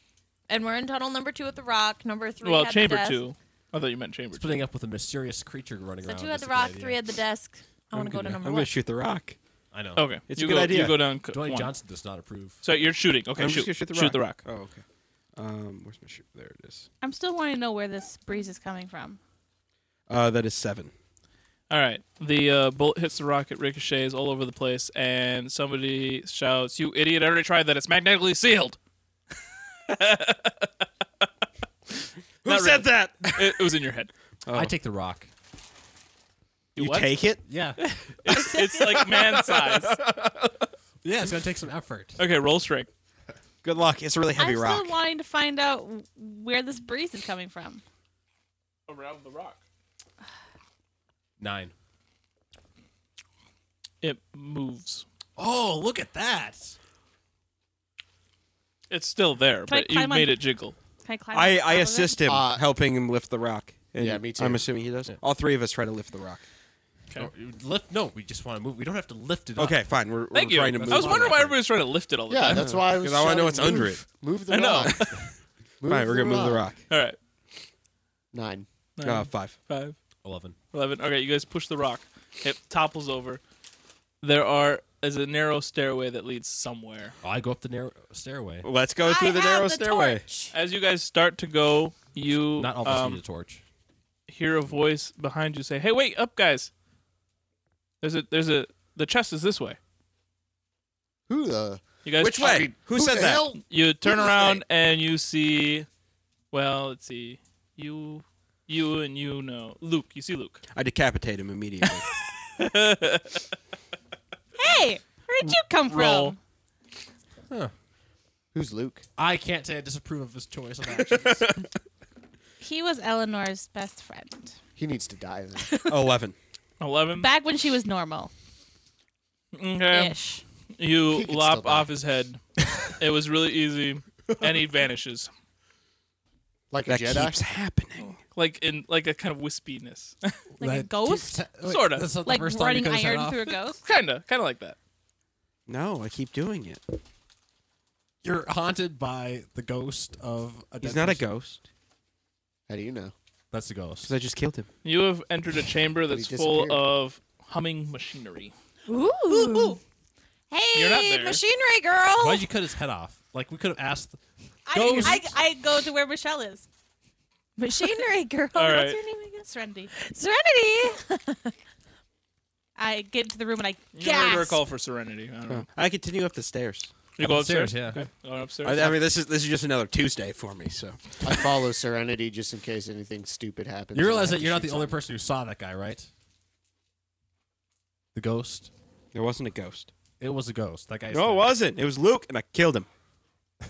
Speaker 6: And we're in tunnel number two at the rock. Number three.
Speaker 2: well,
Speaker 6: had
Speaker 2: chamber
Speaker 6: the desk.
Speaker 2: two. I thought you meant chamber two.
Speaker 4: Splitting up with a mysterious creature running
Speaker 6: So
Speaker 4: around.
Speaker 6: two had
Speaker 4: is
Speaker 6: the
Speaker 4: a good
Speaker 6: rock,
Speaker 4: idea.
Speaker 6: three had the desk. I want to go to
Speaker 1: gonna-
Speaker 6: number
Speaker 1: I'm
Speaker 6: one.
Speaker 1: gonna shoot the rock.
Speaker 4: I know.
Speaker 2: Okay,
Speaker 1: It's
Speaker 2: you
Speaker 1: a good
Speaker 2: go,
Speaker 1: idea.
Speaker 2: You go down. c-
Speaker 4: Dwayne
Speaker 2: one.
Speaker 4: Johnson does not approve.
Speaker 2: So you're shooting. Okay,
Speaker 1: I'm
Speaker 2: shoot.
Speaker 1: just gonna shoot the rock.
Speaker 2: Shoot the rock.
Speaker 1: Oh, okay. Um, where's my shoot? There it is.
Speaker 3: I'm still wanting to know where this breeze is coming from.
Speaker 1: Uh, that is seven.
Speaker 2: All right. The uh, bullet hits the rock. It ricochets all over the place, and somebody shouts, "You idiot! I already tried that. It's magnetically sealed."
Speaker 1: Who
Speaker 2: Not
Speaker 1: said that?
Speaker 2: It, it was in your head.
Speaker 4: I take the rock.
Speaker 1: You
Speaker 2: what?
Speaker 1: take it.
Speaker 4: Yeah.
Speaker 2: It's, it's like man size.
Speaker 4: yeah, it's gonna take some effort.
Speaker 2: Okay, roll strength.
Speaker 1: Good luck. It's a really heavy
Speaker 3: I'm
Speaker 1: rock.
Speaker 3: still wanting to find out where this breeze is coming from.
Speaker 2: Around the rock.
Speaker 4: Nine.
Speaker 2: It moves.
Speaker 4: Oh, look at that.
Speaker 2: It's still there,
Speaker 3: Can I
Speaker 2: but you
Speaker 3: climb on-
Speaker 2: made it jiggle.
Speaker 3: Can I climb? on
Speaker 1: I
Speaker 3: top
Speaker 1: I
Speaker 3: of it?
Speaker 1: assist him,
Speaker 5: Uh,
Speaker 1: helping him lift the rock. And
Speaker 5: Yeah, me too.
Speaker 1: I'm assuming he does. All three of us try to lift the rock.
Speaker 4: Or- Oh, lift? No, we just want to move. We don't have to lift it. up.
Speaker 1: Okay, fine. We're,
Speaker 2: Thank
Speaker 1: we're
Speaker 2: you.
Speaker 1: trying to move.
Speaker 2: I was
Speaker 1: on.
Speaker 2: wondering why everybody's trying to lift it all the
Speaker 5: Yeah,
Speaker 2: time.
Speaker 5: that's why I was.
Speaker 1: 'Cause I wanna know
Speaker 5: shouting,
Speaker 1: what's under
Speaker 5: "Move- Move the
Speaker 2: I know.
Speaker 5: rock. Move
Speaker 1: Fine, we're
Speaker 5: the
Speaker 1: gonna move the rock.
Speaker 2: all right.
Speaker 5: Nine.
Speaker 2: Nine,
Speaker 1: Uh, five.
Speaker 2: five,
Speaker 4: Eleven.
Speaker 2: 11. Okay, you guys push the rock. It topples over. There are is a narrow stairway that leads somewhere.
Speaker 4: Oh, I go up the narrow stairway.
Speaker 1: Let's go through
Speaker 3: I
Speaker 1: the
Speaker 3: have
Speaker 1: narrow
Speaker 3: the
Speaker 1: stairway.
Speaker 3: torch.
Speaker 2: As you guys start to go, you
Speaker 4: Not all of us
Speaker 2: um,
Speaker 4: need a torch.
Speaker 2: hear a voice behind you say, "Hey, wait up, guys! There's a there's a the chest is this way."
Speaker 5: Who the?
Speaker 2: You guys
Speaker 1: Which way? Who said
Speaker 5: the
Speaker 1: that?
Speaker 5: hell?
Speaker 2: You turn
Speaker 5: Who's
Speaker 2: around and you see, well, let's see, you you and you know Luke. You see Luke.
Speaker 1: I decapitate him immediately.
Speaker 3: Hey, where'd you come
Speaker 2: Roll.
Speaker 3: from?
Speaker 5: Who's Luke?
Speaker 4: I can't say I disapprove of his choice of actions.
Speaker 3: He was Eleanor's best friend
Speaker 5: He needs to die. Then.
Speaker 1: Oh, Eleven.
Speaker 2: Eleven.
Speaker 3: back when she was normal
Speaker 2: Okay.
Speaker 3: ish.
Speaker 2: You
Speaker 5: He can
Speaker 2: lop
Speaker 5: still die.
Speaker 2: off his head. it was really easy, and he vanishes,
Speaker 5: Like a
Speaker 1: That
Speaker 5: Jedi.
Speaker 1: keeps happening.
Speaker 2: like in like a kind of wispiness,
Speaker 3: Like a ghost?
Speaker 2: Sorta.
Speaker 4: That's not the
Speaker 3: Like
Speaker 4: first time you
Speaker 3: running
Speaker 4: cut his head
Speaker 3: iron
Speaker 4: off.
Speaker 3: through a ghost.
Speaker 2: kind of, kind of like that.
Speaker 1: No, I keep doing it.
Speaker 4: You're haunted by the ghost of a.
Speaker 1: He's
Speaker 4: dead
Speaker 1: not a
Speaker 4: person.
Speaker 1: ghost
Speaker 5: How do you know?
Speaker 4: That's a ghost.
Speaker 1: because I just killed him.
Speaker 2: You have entered a chamber
Speaker 5: But
Speaker 2: that's
Speaker 5: he
Speaker 2: full
Speaker 5: disappeared.
Speaker 2: of humming machinery.
Speaker 6: Ooh.
Speaker 2: You're not
Speaker 3: Hey,
Speaker 2: there.
Speaker 3: machinery girl.
Speaker 4: Why'd you cut his head off? Like we could have asked.
Speaker 3: Oh. I,
Speaker 4: Ghost.
Speaker 3: I, I go to where Michelle is.
Speaker 6: Machinery girl.
Speaker 2: All
Speaker 6: What's
Speaker 2: right.
Speaker 6: her name again?
Speaker 3: Serenity.
Speaker 6: Serenity.
Speaker 3: I get into the room and I
Speaker 2: You made her a
Speaker 3: gasp.
Speaker 2: call for serenity. I don't know.
Speaker 1: I continue up the stairs.
Speaker 2: You go upstairs.
Speaker 4: Upstairs, yeah.
Speaker 2: Okay. Going upstairs.
Speaker 1: I, I mean, this is this is just another Tuesday for me. So
Speaker 5: I follow Serenity just in case anything stupid happens.
Speaker 4: You realize that
Speaker 5: and I have
Speaker 4: you're
Speaker 5: to
Speaker 4: not
Speaker 5: shoot
Speaker 4: the only
Speaker 5: something.
Speaker 4: person who saw that guy, right? The ghost.
Speaker 1: there wasn't a ghost.
Speaker 4: It was a ghost. That guy. is
Speaker 1: No, it
Speaker 4: dead.
Speaker 1: wasn't. It was Luke, and I killed him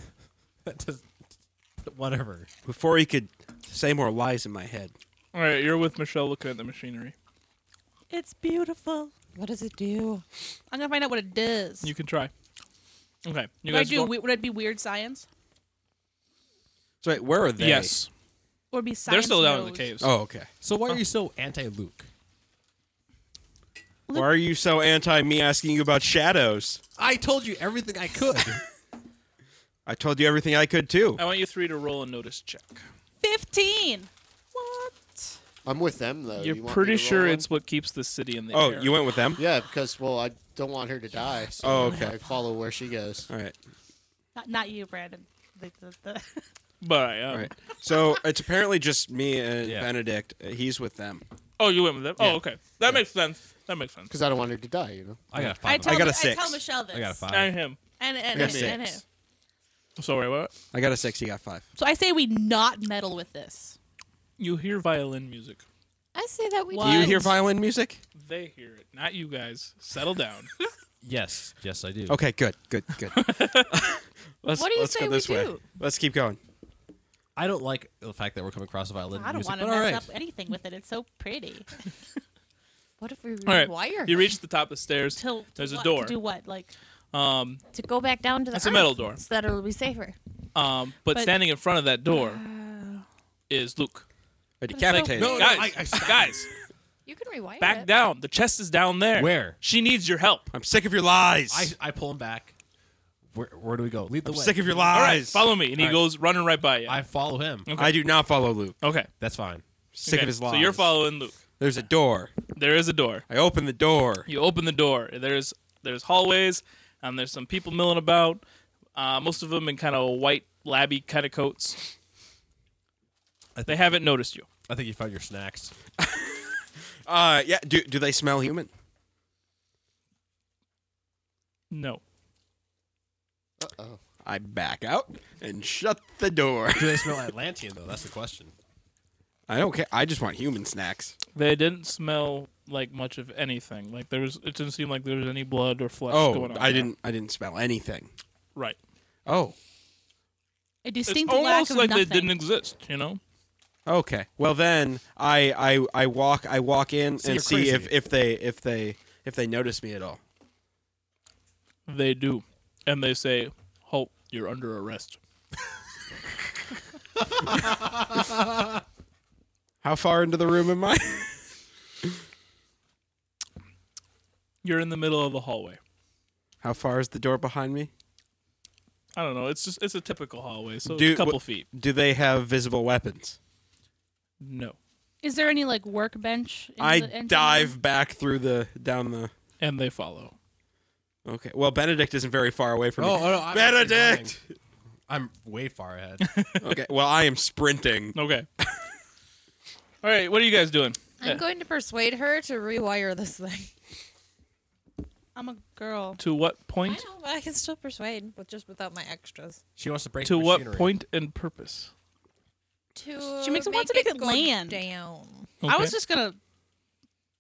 Speaker 4: That does- Whatever.
Speaker 1: before he could say more lies in my head.
Speaker 2: All right, you're with Michelle looking at the machinery.
Speaker 3: It's beautiful.
Speaker 6: What does it do?
Speaker 3: I'm gonna find out what it does.
Speaker 2: You can try. Okay, you
Speaker 3: Would I
Speaker 2: guys
Speaker 3: do?
Speaker 2: go-
Speaker 3: we- Would it be weird science?
Speaker 1: So wait, where are they?
Speaker 2: Yes,
Speaker 3: Or be science?
Speaker 2: they're still down in the
Speaker 3: knows?
Speaker 2: caves.
Speaker 1: Oh, okay.
Speaker 4: So why are you so anti-Luke?
Speaker 1: Why are you so anti me asking you about shadows?
Speaker 4: I told you everything I could.
Speaker 1: I told you everything I could too.
Speaker 2: I want you three to roll a notice check.
Speaker 5: Oh,
Speaker 3: Fifteen. What?
Speaker 5: I'm with them though.
Speaker 2: You're
Speaker 5: You want me
Speaker 2: pretty
Speaker 5: to roll
Speaker 2: sure
Speaker 5: one?
Speaker 2: it's what keeps the city in the
Speaker 1: Oh,
Speaker 2: air.
Speaker 1: you went with them.
Speaker 5: Yeah, because well, I don't want her to die. So
Speaker 1: Oh, okay.
Speaker 5: I follow where she goes.
Speaker 1: All right,
Speaker 3: Not, not you, Brandon. The- the- the-
Speaker 2: But I, um,
Speaker 1: all right. So it's apparently just me and
Speaker 4: Yeah.
Speaker 1: Benedict. Uh, He's with them.
Speaker 2: Oh, you went with them. Oh, okay. That makes sense. That makes sense.
Speaker 5: Because I don't want her to die. You know.
Speaker 4: I got a five.
Speaker 3: I
Speaker 4: on
Speaker 1: got
Speaker 3: tell.
Speaker 1: a
Speaker 3: I tell
Speaker 1: six.
Speaker 3: Michelle this.
Speaker 4: that. I got a five.
Speaker 2: And him.
Speaker 3: And and,
Speaker 1: I
Speaker 3: and,
Speaker 1: got
Speaker 3: and
Speaker 1: six.
Speaker 3: him.
Speaker 2: Sorry, what?
Speaker 1: I got a six. He got five.
Speaker 3: So I say we not meddle with this.
Speaker 2: You hear violin music.
Speaker 6: I say that we
Speaker 3: What?
Speaker 1: Do you
Speaker 6: do.
Speaker 1: hear violin music?
Speaker 2: They hear it, not you guys. Settle down.
Speaker 4: Yes, yes, I do.
Speaker 1: Okay, good, good, good. let's
Speaker 6: What do you
Speaker 1: let's
Speaker 6: say
Speaker 1: go
Speaker 6: we
Speaker 1: this way.
Speaker 6: do?
Speaker 1: Let's keep going.
Speaker 4: I don't like the fact that we're coming across a violin.
Speaker 3: I don't
Speaker 4: music,
Speaker 3: want to
Speaker 4: but all
Speaker 3: mess
Speaker 4: right.
Speaker 3: up anything with it. It's so pretty.
Speaker 6: What if we
Speaker 2: All right.
Speaker 6: rewire?
Speaker 2: You
Speaker 6: her?
Speaker 2: reach the top of the stairs.
Speaker 3: Till to
Speaker 2: There's a
Speaker 3: what?
Speaker 2: door.
Speaker 3: To do what? Like
Speaker 2: Um,
Speaker 6: to go back down to the
Speaker 2: It's a
Speaker 6: earth,
Speaker 2: metal door.
Speaker 6: So that it'll be safer.
Speaker 2: um, but,
Speaker 3: But-
Speaker 2: standing in front of that door is Luke.
Speaker 1: I
Speaker 3: so-
Speaker 1: decapitate.
Speaker 4: No,
Speaker 1: him.
Speaker 4: no,
Speaker 2: guys,
Speaker 4: I- I stopped.
Speaker 2: guys,
Speaker 6: You can rewire
Speaker 2: back
Speaker 6: it.
Speaker 2: down. The chest is down there.
Speaker 4: Where?
Speaker 2: She needs your help.
Speaker 1: I'm sick of your lies.
Speaker 4: I, I pull him back. Where, where do we go? Lead the
Speaker 1: I'm
Speaker 4: way.
Speaker 1: sick of your
Speaker 2: All right,
Speaker 1: lies.
Speaker 2: follow me. And he
Speaker 4: All right.
Speaker 2: goes running right by you.
Speaker 4: I follow him.
Speaker 1: I do not follow Luke.
Speaker 2: okay.
Speaker 4: That's fine.
Speaker 1: Sick
Speaker 2: okay.
Speaker 1: of his lies.
Speaker 2: So you're following Luke.
Speaker 1: There's a door.
Speaker 2: There is a door.
Speaker 1: I open the door.
Speaker 2: You open the door. There's there's hallways, and there's some people milling about. Uh, most of them in kind of white labby kind of coats.
Speaker 4: I
Speaker 2: They
Speaker 4: think,
Speaker 2: haven't noticed you.
Speaker 4: I think you found your snacks.
Speaker 1: Uh, yeah. Do do they smell human?
Speaker 2: No.
Speaker 5: Uh oh.
Speaker 1: I back out and shut the door.
Speaker 4: Do they smell Atlantean though? That's the question.
Speaker 1: I don't care. I just want human snacks.
Speaker 2: They didn't smell like much of anything. Like there was, it didn't seem like there was any blood or flesh
Speaker 1: Oh,
Speaker 2: going on.
Speaker 1: I
Speaker 2: there.
Speaker 1: didn't. I didn't smell anything.
Speaker 2: Right.
Speaker 1: Oh,
Speaker 3: a
Speaker 2: It's
Speaker 3: distinct lack
Speaker 2: almost
Speaker 3: of
Speaker 2: like
Speaker 3: nothing.
Speaker 2: they didn't exist. You know.
Speaker 1: okay. Well, then I I, I walk I walk in
Speaker 4: So
Speaker 1: and
Speaker 4: you're
Speaker 1: see
Speaker 4: crazy.
Speaker 1: if if they if they if they notice me at all.
Speaker 2: They do, and they say, "Halt! You're under arrest."
Speaker 1: How far into the room am I?
Speaker 2: You're in the middle of the hallway.
Speaker 1: How far is the door behind me?
Speaker 2: I don't know. It's just it's a typical hallway, so
Speaker 1: Do-
Speaker 2: a couple
Speaker 1: wh-
Speaker 2: feet.
Speaker 1: Do they have visible weapons?
Speaker 2: No,
Speaker 3: Is there any like workbench? in
Speaker 1: I
Speaker 3: the engine room?
Speaker 1: dive back through the down the.
Speaker 2: and they follow.
Speaker 1: Okay. Well, Benedict isn't very far away from
Speaker 4: Oh,
Speaker 1: me.
Speaker 4: oh, no, I'm actually
Speaker 1: Benedict.
Speaker 4: I'm way far ahead.
Speaker 1: okay. Well, I am sprinting.
Speaker 2: Okay. All right. What are you guys doing?
Speaker 6: I'm going to persuade her to rewire this thing.
Speaker 3: I'm a girl.
Speaker 2: To what
Speaker 6: I
Speaker 2: point?
Speaker 6: know, but I can still persuade, but just without my extras.
Speaker 4: She wants to break.
Speaker 2: To
Speaker 4: the
Speaker 2: what
Speaker 4: machinery.
Speaker 2: point and purpose?
Speaker 6: To
Speaker 3: She makes it want to make it
Speaker 6: go
Speaker 3: land.
Speaker 6: down.
Speaker 2: Okay.
Speaker 3: I was just gonna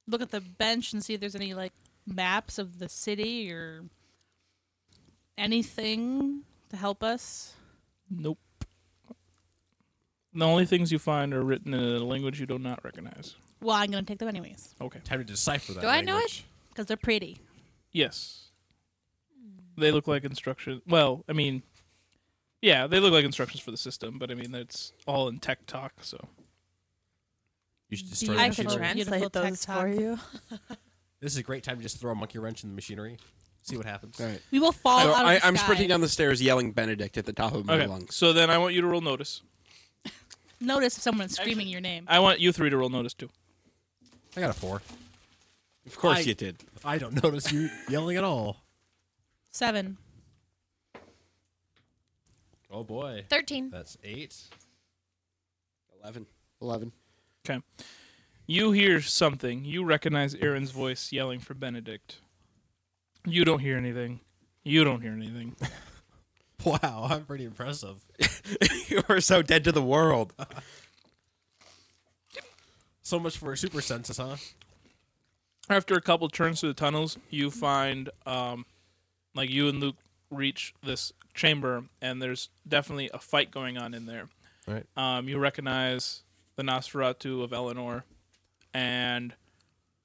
Speaker 3: look at the bench and see if there's any like maps of the city or anything to help us.
Speaker 2: Nope. The only things you find are written in a language you do not recognize.
Speaker 3: Well, I'm gonna take them anyways
Speaker 2: Okay.
Speaker 4: Time to decipher that.
Speaker 6: Do I know
Speaker 4: language.
Speaker 3: because they're pretty.
Speaker 2: Yes.
Speaker 3: Hmm.
Speaker 2: They look like instructions. Well, I mean, yeah, they look like instructions for the system, but I mean, it's all in tech talk, so.
Speaker 4: You should
Speaker 3: Do
Speaker 4: destroy
Speaker 3: you
Speaker 4: the
Speaker 3: I can
Speaker 4: machinery.
Speaker 3: try. Beautiful tech talk.
Speaker 6: you.
Speaker 4: This is a great time to just throw a monkey wrench in the machinery. See what happens.
Speaker 1: All right.
Speaker 3: We will fall
Speaker 1: So
Speaker 3: out of
Speaker 1: I,
Speaker 3: the
Speaker 1: I'm
Speaker 3: sky.
Speaker 1: sprinting down the stairs, yelling Benedict at the top of my
Speaker 2: Okay.
Speaker 1: lungs.
Speaker 2: So then I want you to roll notice.
Speaker 3: Notice if someone's screaming your name.
Speaker 2: I want you three to roll notice too.
Speaker 4: I got a four.
Speaker 1: Of course
Speaker 4: I-
Speaker 1: you did.
Speaker 4: I don't notice you yelling at all.
Speaker 3: Seven.
Speaker 4: Oh boy.
Speaker 6: 13.
Speaker 4: That's eight.
Speaker 1: Eleven.
Speaker 5: 11.
Speaker 2: Okay. You hear something. You recognize Aaron's voice yelling for Benedict. You don't hear anything. You don't hear anything.
Speaker 4: Wow, I'm pretty impressive.
Speaker 1: you are so dead to the world.
Speaker 4: So much for super senses, huh?
Speaker 2: After a couple turns through the tunnels, you find, um, like, you and Luke reach this chamber, and there's definitely a fight going on in there.
Speaker 4: Right.
Speaker 2: Um, you recognize the Nosferatu of Eleanor and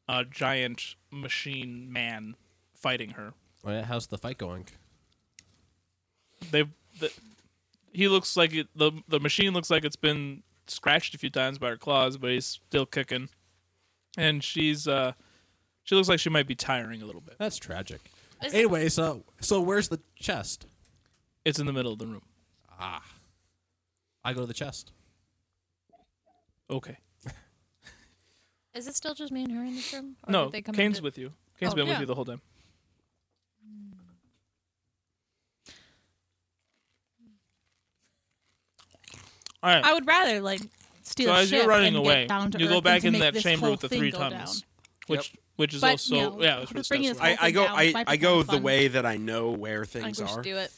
Speaker 2: a giant machine man fighting her.
Speaker 4: All right, how's the fight going?
Speaker 2: they've the, he looks like it, the the machine looks like it's been scratched a few times by her claws, but he's still kicking. And she's uh she looks like she might be tiring a little bit.
Speaker 4: That's tragic.
Speaker 6: Is-
Speaker 4: Anyway, so so where's the chest?
Speaker 2: It's in the middle of the room.
Speaker 4: Ah. I go to the chest.
Speaker 2: Okay.
Speaker 6: Is it still just me and her in this room?
Speaker 3: Oh,
Speaker 6: Or
Speaker 2: no,
Speaker 6: did they come
Speaker 2: Kane's
Speaker 6: into-
Speaker 2: with you. Kane's
Speaker 6: Oh,
Speaker 2: been with
Speaker 3: yeah.
Speaker 2: you the whole time. All right.
Speaker 3: I would rather like steal.
Speaker 2: so
Speaker 3: a
Speaker 2: as you're
Speaker 3: ship
Speaker 2: running
Speaker 3: and
Speaker 2: away,
Speaker 3: get down to
Speaker 2: you
Speaker 3: earth
Speaker 2: go
Speaker 3: and
Speaker 2: back
Speaker 3: to
Speaker 2: in
Speaker 3: make
Speaker 2: that
Speaker 3: this
Speaker 2: chamber
Speaker 3: whole
Speaker 2: with the
Speaker 3: thing
Speaker 2: three
Speaker 3: go
Speaker 2: tunnels,
Speaker 3: down.
Speaker 2: which which is
Speaker 3: But,
Speaker 2: also
Speaker 3: you know,
Speaker 2: yeah, it's for the
Speaker 3: just bringing
Speaker 2: steps
Speaker 3: this
Speaker 2: away.
Speaker 1: I, I go.
Speaker 3: whole down with
Speaker 1: I,
Speaker 3: my
Speaker 1: I go
Speaker 3: pretend
Speaker 1: the
Speaker 3: fun.
Speaker 1: way that I know where
Speaker 6: I think
Speaker 1: things
Speaker 6: we should
Speaker 1: are.
Speaker 6: do it.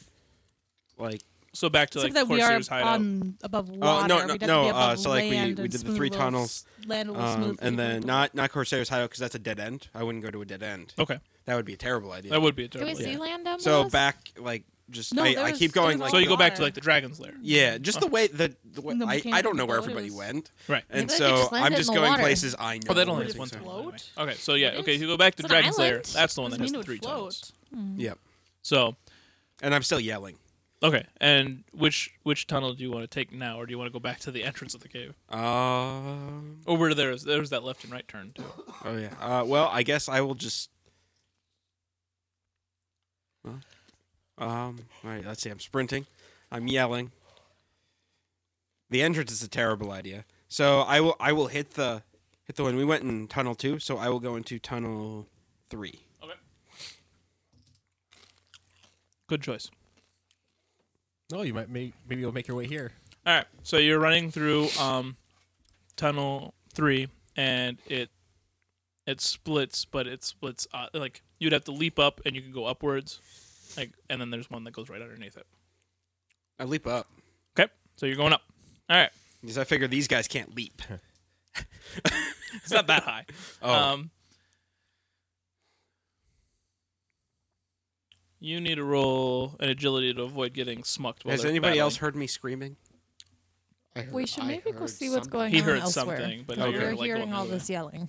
Speaker 1: Like
Speaker 2: So back to
Speaker 3: Except
Speaker 2: like
Speaker 3: that we are
Speaker 2: Corsair's hideout.
Speaker 3: on above water.
Speaker 1: Oh, no, no,
Speaker 3: We'd have to
Speaker 1: no,
Speaker 3: be
Speaker 1: uh,
Speaker 3: above
Speaker 1: so, like, we-
Speaker 3: land
Speaker 1: we
Speaker 3: and
Speaker 1: did the
Speaker 3: smooth
Speaker 1: three
Speaker 3: little
Speaker 1: tunnels,
Speaker 3: s- Land a little
Speaker 1: um,
Speaker 3: smooth.
Speaker 1: and
Speaker 3: little
Speaker 1: then
Speaker 3: bit.
Speaker 1: not not Corsair's Hideout because that's a dead end. I wouldn't go to a dead end.
Speaker 2: Okay,
Speaker 1: That would be a terrible idea.
Speaker 2: Oh. that would be a
Speaker 6: Can
Speaker 2: terrible.
Speaker 6: we
Speaker 2: idea.
Speaker 6: see land down
Speaker 1: so
Speaker 6: below us?
Speaker 1: back like just
Speaker 3: No,
Speaker 1: I,
Speaker 3: there
Speaker 1: I
Speaker 3: was-
Speaker 1: keep
Speaker 3: there
Speaker 1: going like
Speaker 3: was
Speaker 2: So you go back Oh. to
Speaker 6: Water.
Speaker 2: like the dragon's lair.
Speaker 1: yeah just the way the, the way,
Speaker 3: No, we
Speaker 1: I,
Speaker 3: can't
Speaker 1: I don't know where
Speaker 3: float, it
Speaker 1: everybody
Speaker 3: was-
Speaker 1: went
Speaker 2: Right.
Speaker 1: and
Speaker 6: Maybe they could
Speaker 1: so
Speaker 6: just land
Speaker 1: I'm
Speaker 6: it in
Speaker 1: just
Speaker 6: the
Speaker 1: going
Speaker 6: water.
Speaker 1: places I know.
Speaker 2: Oh, that only
Speaker 1: where
Speaker 2: has one
Speaker 1: things are.
Speaker 2: tunnel.
Speaker 3: float?
Speaker 2: anyway. Okay, so yeah,
Speaker 6: It
Speaker 2: okay,
Speaker 6: is.
Speaker 2: you go back to
Speaker 6: It's
Speaker 2: the
Speaker 6: an
Speaker 2: dragon's lair.
Speaker 6: island.
Speaker 2: That's the one that
Speaker 3: Doesn't
Speaker 2: has
Speaker 3: mean
Speaker 2: the
Speaker 3: it
Speaker 2: three
Speaker 3: would
Speaker 2: tunnels.
Speaker 3: float.
Speaker 1: Yep.
Speaker 2: So
Speaker 1: And I'm still yelling.
Speaker 2: okay, and which which tunnel do you want to take now, or do you want to go back to the entrance of the cave,
Speaker 1: Um.
Speaker 2: or where there's there's that left and right turn? Too.
Speaker 1: Oh yeah. Uh, well, I guess I will just. Well, um. All right. Let's see. I'm sprinting. I'm yelling. The entrance is a terrible idea. So I will. I will hit the hit the one we went in tunnel two. So I will go into tunnel three.
Speaker 2: Good choice.
Speaker 4: No, Oh, you might may, maybe you'll make your way here.
Speaker 2: All right, so you're running through um, tunnel three, and it it splits, but it splits uh, like you'd have to leap up, and you can go upwards, like, and then there's one that goes right underneath it.
Speaker 1: I leap up
Speaker 2: Okay, so you're going up. All right,
Speaker 1: because I figure these guys can't leap.
Speaker 2: it's not that high.
Speaker 1: Oh.
Speaker 2: Um, you need to roll an agility to avoid getting smucked. While
Speaker 1: Has
Speaker 2: they're
Speaker 1: anybody
Speaker 2: battling.
Speaker 1: else heard me screaming?
Speaker 5: I heard-
Speaker 6: We should
Speaker 5: I
Speaker 6: maybe go
Speaker 5: heard
Speaker 6: see what's
Speaker 5: something.
Speaker 6: going
Speaker 2: He
Speaker 6: on
Speaker 2: heard
Speaker 6: elsewhere.
Speaker 2: something, but
Speaker 1: Okay.
Speaker 2: you're
Speaker 6: We're
Speaker 2: like going
Speaker 6: hearing all
Speaker 2: the other
Speaker 6: this yelling.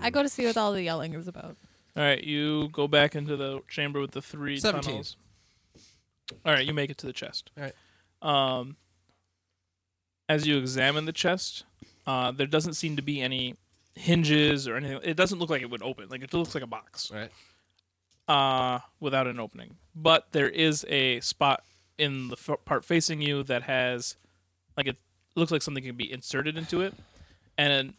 Speaker 6: I go to see what all the yelling is about.
Speaker 2: way. All right, you go back into the chamber with the three
Speaker 4: 17.
Speaker 2: tunnels. All right, you make it to the chest.
Speaker 4: All right.
Speaker 2: Um, as you examine the chest, uh, there doesn't seem to be any hinges or anything. It doesn't look like it would open. Like it looks like a box
Speaker 4: All right.
Speaker 2: uh, without an opening. But there is a spot in the f- part facing you that has, like, it looks like something can be inserted into it. And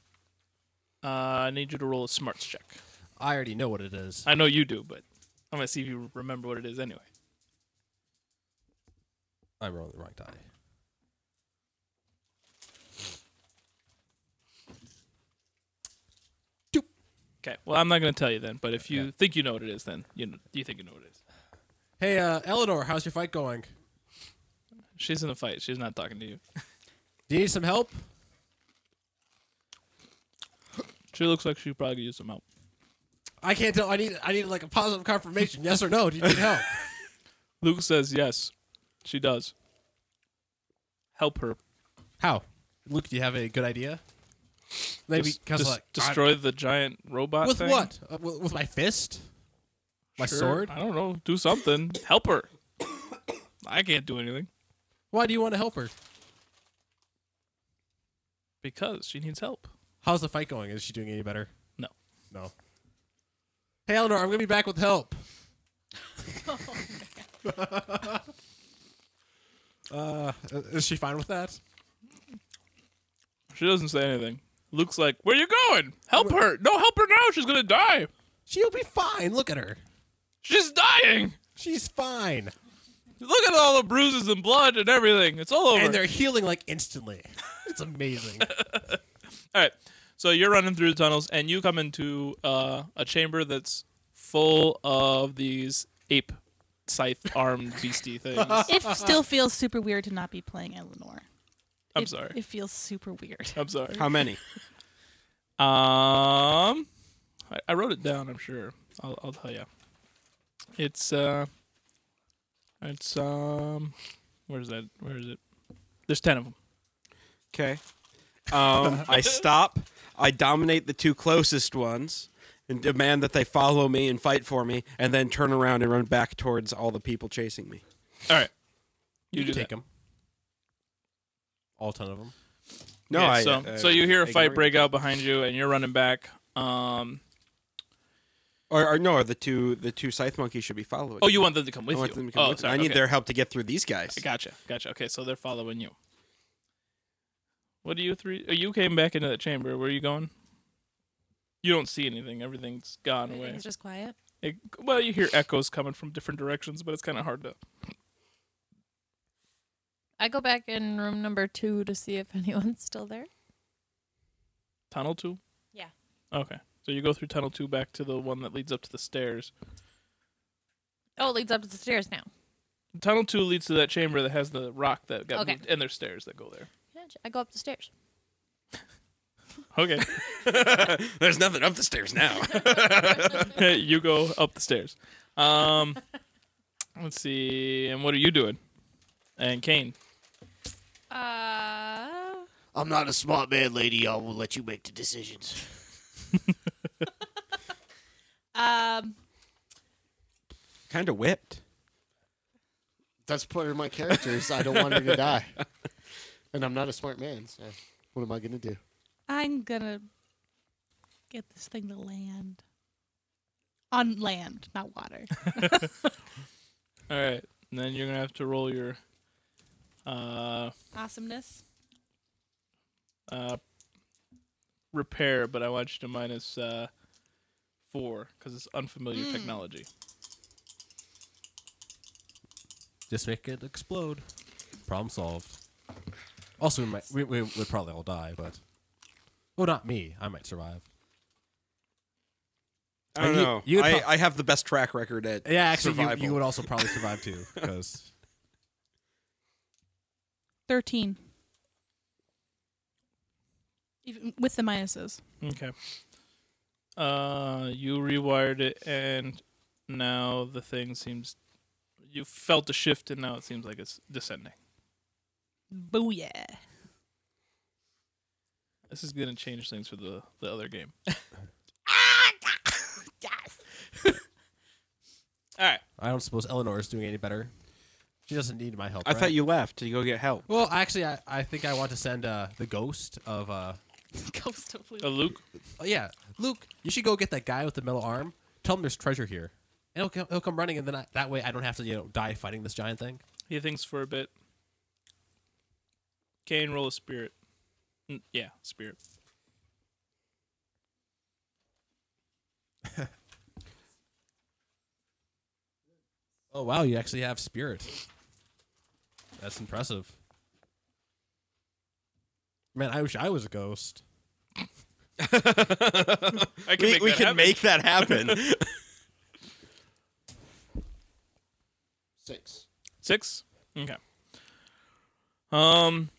Speaker 2: uh, I need you to roll a smarts check.
Speaker 4: I already know what it is.
Speaker 2: I know you do, but I'm gonna see if you remember what it is anyway.
Speaker 4: I rolled the wrong die.
Speaker 2: Okay. Well, I'm not gonna tell you then. But if you think you know what it is, then you you think you know what it is.
Speaker 4: Hey, uh, Eleanor, how's your fight going?
Speaker 2: She's in a fight. She's not talking to you.
Speaker 4: Do you need some help?
Speaker 2: She looks like she probably used some help.
Speaker 4: I can't tell. I need I need like a positive confirmation. Yes or no? Do you need help?
Speaker 2: Luke says yes. She does. Help her.
Speaker 4: How? Luke, do you have a good idea? Maybe
Speaker 2: Just-
Speaker 4: because
Speaker 2: just
Speaker 4: like I-
Speaker 2: destroy the giant robot.
Speaker 4: with
Speaker 2: thing?
Speaker 4: what? Uh, with, with my fist? My
Speaker 2: Sure,
Speaker 4: sword?
Speaker 2: I don't know. Do something. Help her. I can't do anything
Speaker 4: Why do you want to help her?
Speaker 2: because she needs help.
Speaker 4: How's the fight going? Is she doing any better?
Speaker 2: No.
Speaker 4: No. Hey, Eleanor, I'm gonna be back with help. uh, is she fine with that?
Speaker 2: She doesn't say anything. Luke's like, "Where you going? Help her! No, help her now. She's gonna die.
Speaker 4: She'll be fine. Look at her.
Speaker 2: She's dying.
Speaker 4: She's fine,
Speaker 2: Look at all the bruises and blood and everything. It's all over."
Speaker 4: and they're healing like instantly. It's amazing.
Speaker 2: All right. So you're running through the tunnels, and you come into uh, a chamber that's full of these ape scythe-armed beastie things.
Speaker 3: It still feels super weird to not be playing Eleanor.
Speaker 2: I'm
Speaker 3: It-
Speaker 2: sorry.
Speaker 3: It feels super weird.
Speaker 2: I'm sorry.
Speaker 1: How many?
Speaker 2: Um, I, I wrote it down. I'm sure. I'll, I'll tell you. It's uh, it's um, where's that? Where is it? There's ten of them.
Speaker 1: Okay. Um, I stop. I dominate the two closest ones and demand that they follow me and fight for me, and then turn around and run back towards all the people chasing me.
Speaker 2: All right. You,
Speaker 4: can
Speaker 2: do
Speaker 4: take
Speaker 2: that.
Speaker 4: them. All ton of them.
Speaker 1: No,
Speaker 2: Yeah,
Speaker 1: I.
Speaker 2: so
Speaker 1: uh,
Speaker 2: so you hear a fight
Speaker 1: ignore-
Speaker 2: break out behind you, and you're running back. Um.
Speaker 1: Or, or no, the two the two scythe monkeys should be following.
Speaker 2: Oh,
Speaker 1: me.
Speaker 2: you want them to come
Speaker 1: I
Speaker 2: with
Speaker 1: want
Speaker 2: you?
Speaker 1: them to come
Speaker 2: oh,
Speaker 1: with me.
Speaker 2: sorry.
Speaker 1: I need
Speaker 2: okay.
Speaker 1: their help to get through these guys.
Speaker 2: Gotcha. Gotcha. Okay, so they're following you. What do you three? oh, You came back into the chamber. Where are you going? You don't see anything. Everything's gone away.
Speaker 6: Everything's just quiet.
Speaker 2: It, well, you hear echoes coming from different directions, but it's kind of hard to.
Speaker 6: I go back in room number two to see if anyone's still there.
Speaker 2: Tunnel two?
Speaker 6: Yeah.
Speaker 2: Okay. So you go through tunnel two back to the one that leads up to the stairs.
Speaker 6: Oh, it leads up to the stairs now.
Speaker 2: Tunnel two leads to that chamber that has the rock that got
Speaker 6: Okay.
Speaker 2: moved, and there's stairs that go there.
Speaker 6: Gotcha. I go up the stairs.
Speaker 2: Okay.
Speaker 1: There's nothing up the stairs now.
Speaker 2: you go up the stairs. Um, let's see. And what are you doing? And Kane.
Speaker 6: Uh,
Speaker 5: I'm not a smart man, lady. I will let you make the decisions.
Speaker 3: Um,
Speaker 1: kind of whipped.
Speaker 5: That's part of my character. Is I don't want her to die, and I'm not a smart man. So what am I gonna do?
Speaker 3: I'm gonna get this thing to land on land, not water.
Speaker 2: All right. And then you're gonna have to roll your uh,
Speaker 3: Awesomeness.
Speaker 2: uh, repair, but I want you to minus uh, four because it's unfamiliar technology.
Speaker 4: Just make it explode. Problem solved. Also, we, might, we, we would probably all die, but. Well, not me. I might survive.
Speaker 1: I don't
Speaker 4: And you-
Speaker 1: know.
Speaker 4: you'd
Speaker 1: I,
Speaker 4: prob-
Speaker 1: I have the best track record at
Speaker 4: Yeah, actually, you,
Speaker 1: survival.
Speaker 4: you would also probably survive too, because.
Speaker 3: Thirteen. Even with the minuses.
Speaker 2: Okay. Uh, you rewired it, and now the thing seems. You felt a shift, and now it seems like it's descending.
Speaker 3: Booyah.
Speaker 2: This is gonna change things for the the other game. All right.
Speaker 4: I don't suppose Eleanor is doing any better. She doesn't need my help.
Speaker 1: I
Speaker 4: right?
Speaker 1: thought you left to go get help.
Speaker 4: Well, actually, I, I think I want to send uh, the ghost of. Uh,
Speaker 3: Ghost of Luke.
Speaker 2: Uh, Luke,
Speaker 4: oh, yeah, Luke, you should go get that guy with the metal arm. Tell him there's treasure here. And he'll, come- he'll come running, and then I, that way I don't have to you know die fighting this giant thing.
Speaker 2: he thinks for a bit. Kane, roll a spirit. Mm, yeah, spirit.
Speaker 4: Oh wow, you actually have spirit. That's impressive. Man, I wish I was a ghost.
Speaker 2: I can
Speaker 1: We,
Speaker 2: make
Speaker 1: we
Speaker 2: that
Speaker 1: can
Speaker 2: happen.
Speaker 1: make that happen.
Speaker 5: Six.
Speaker 2: Six. Okay. Um,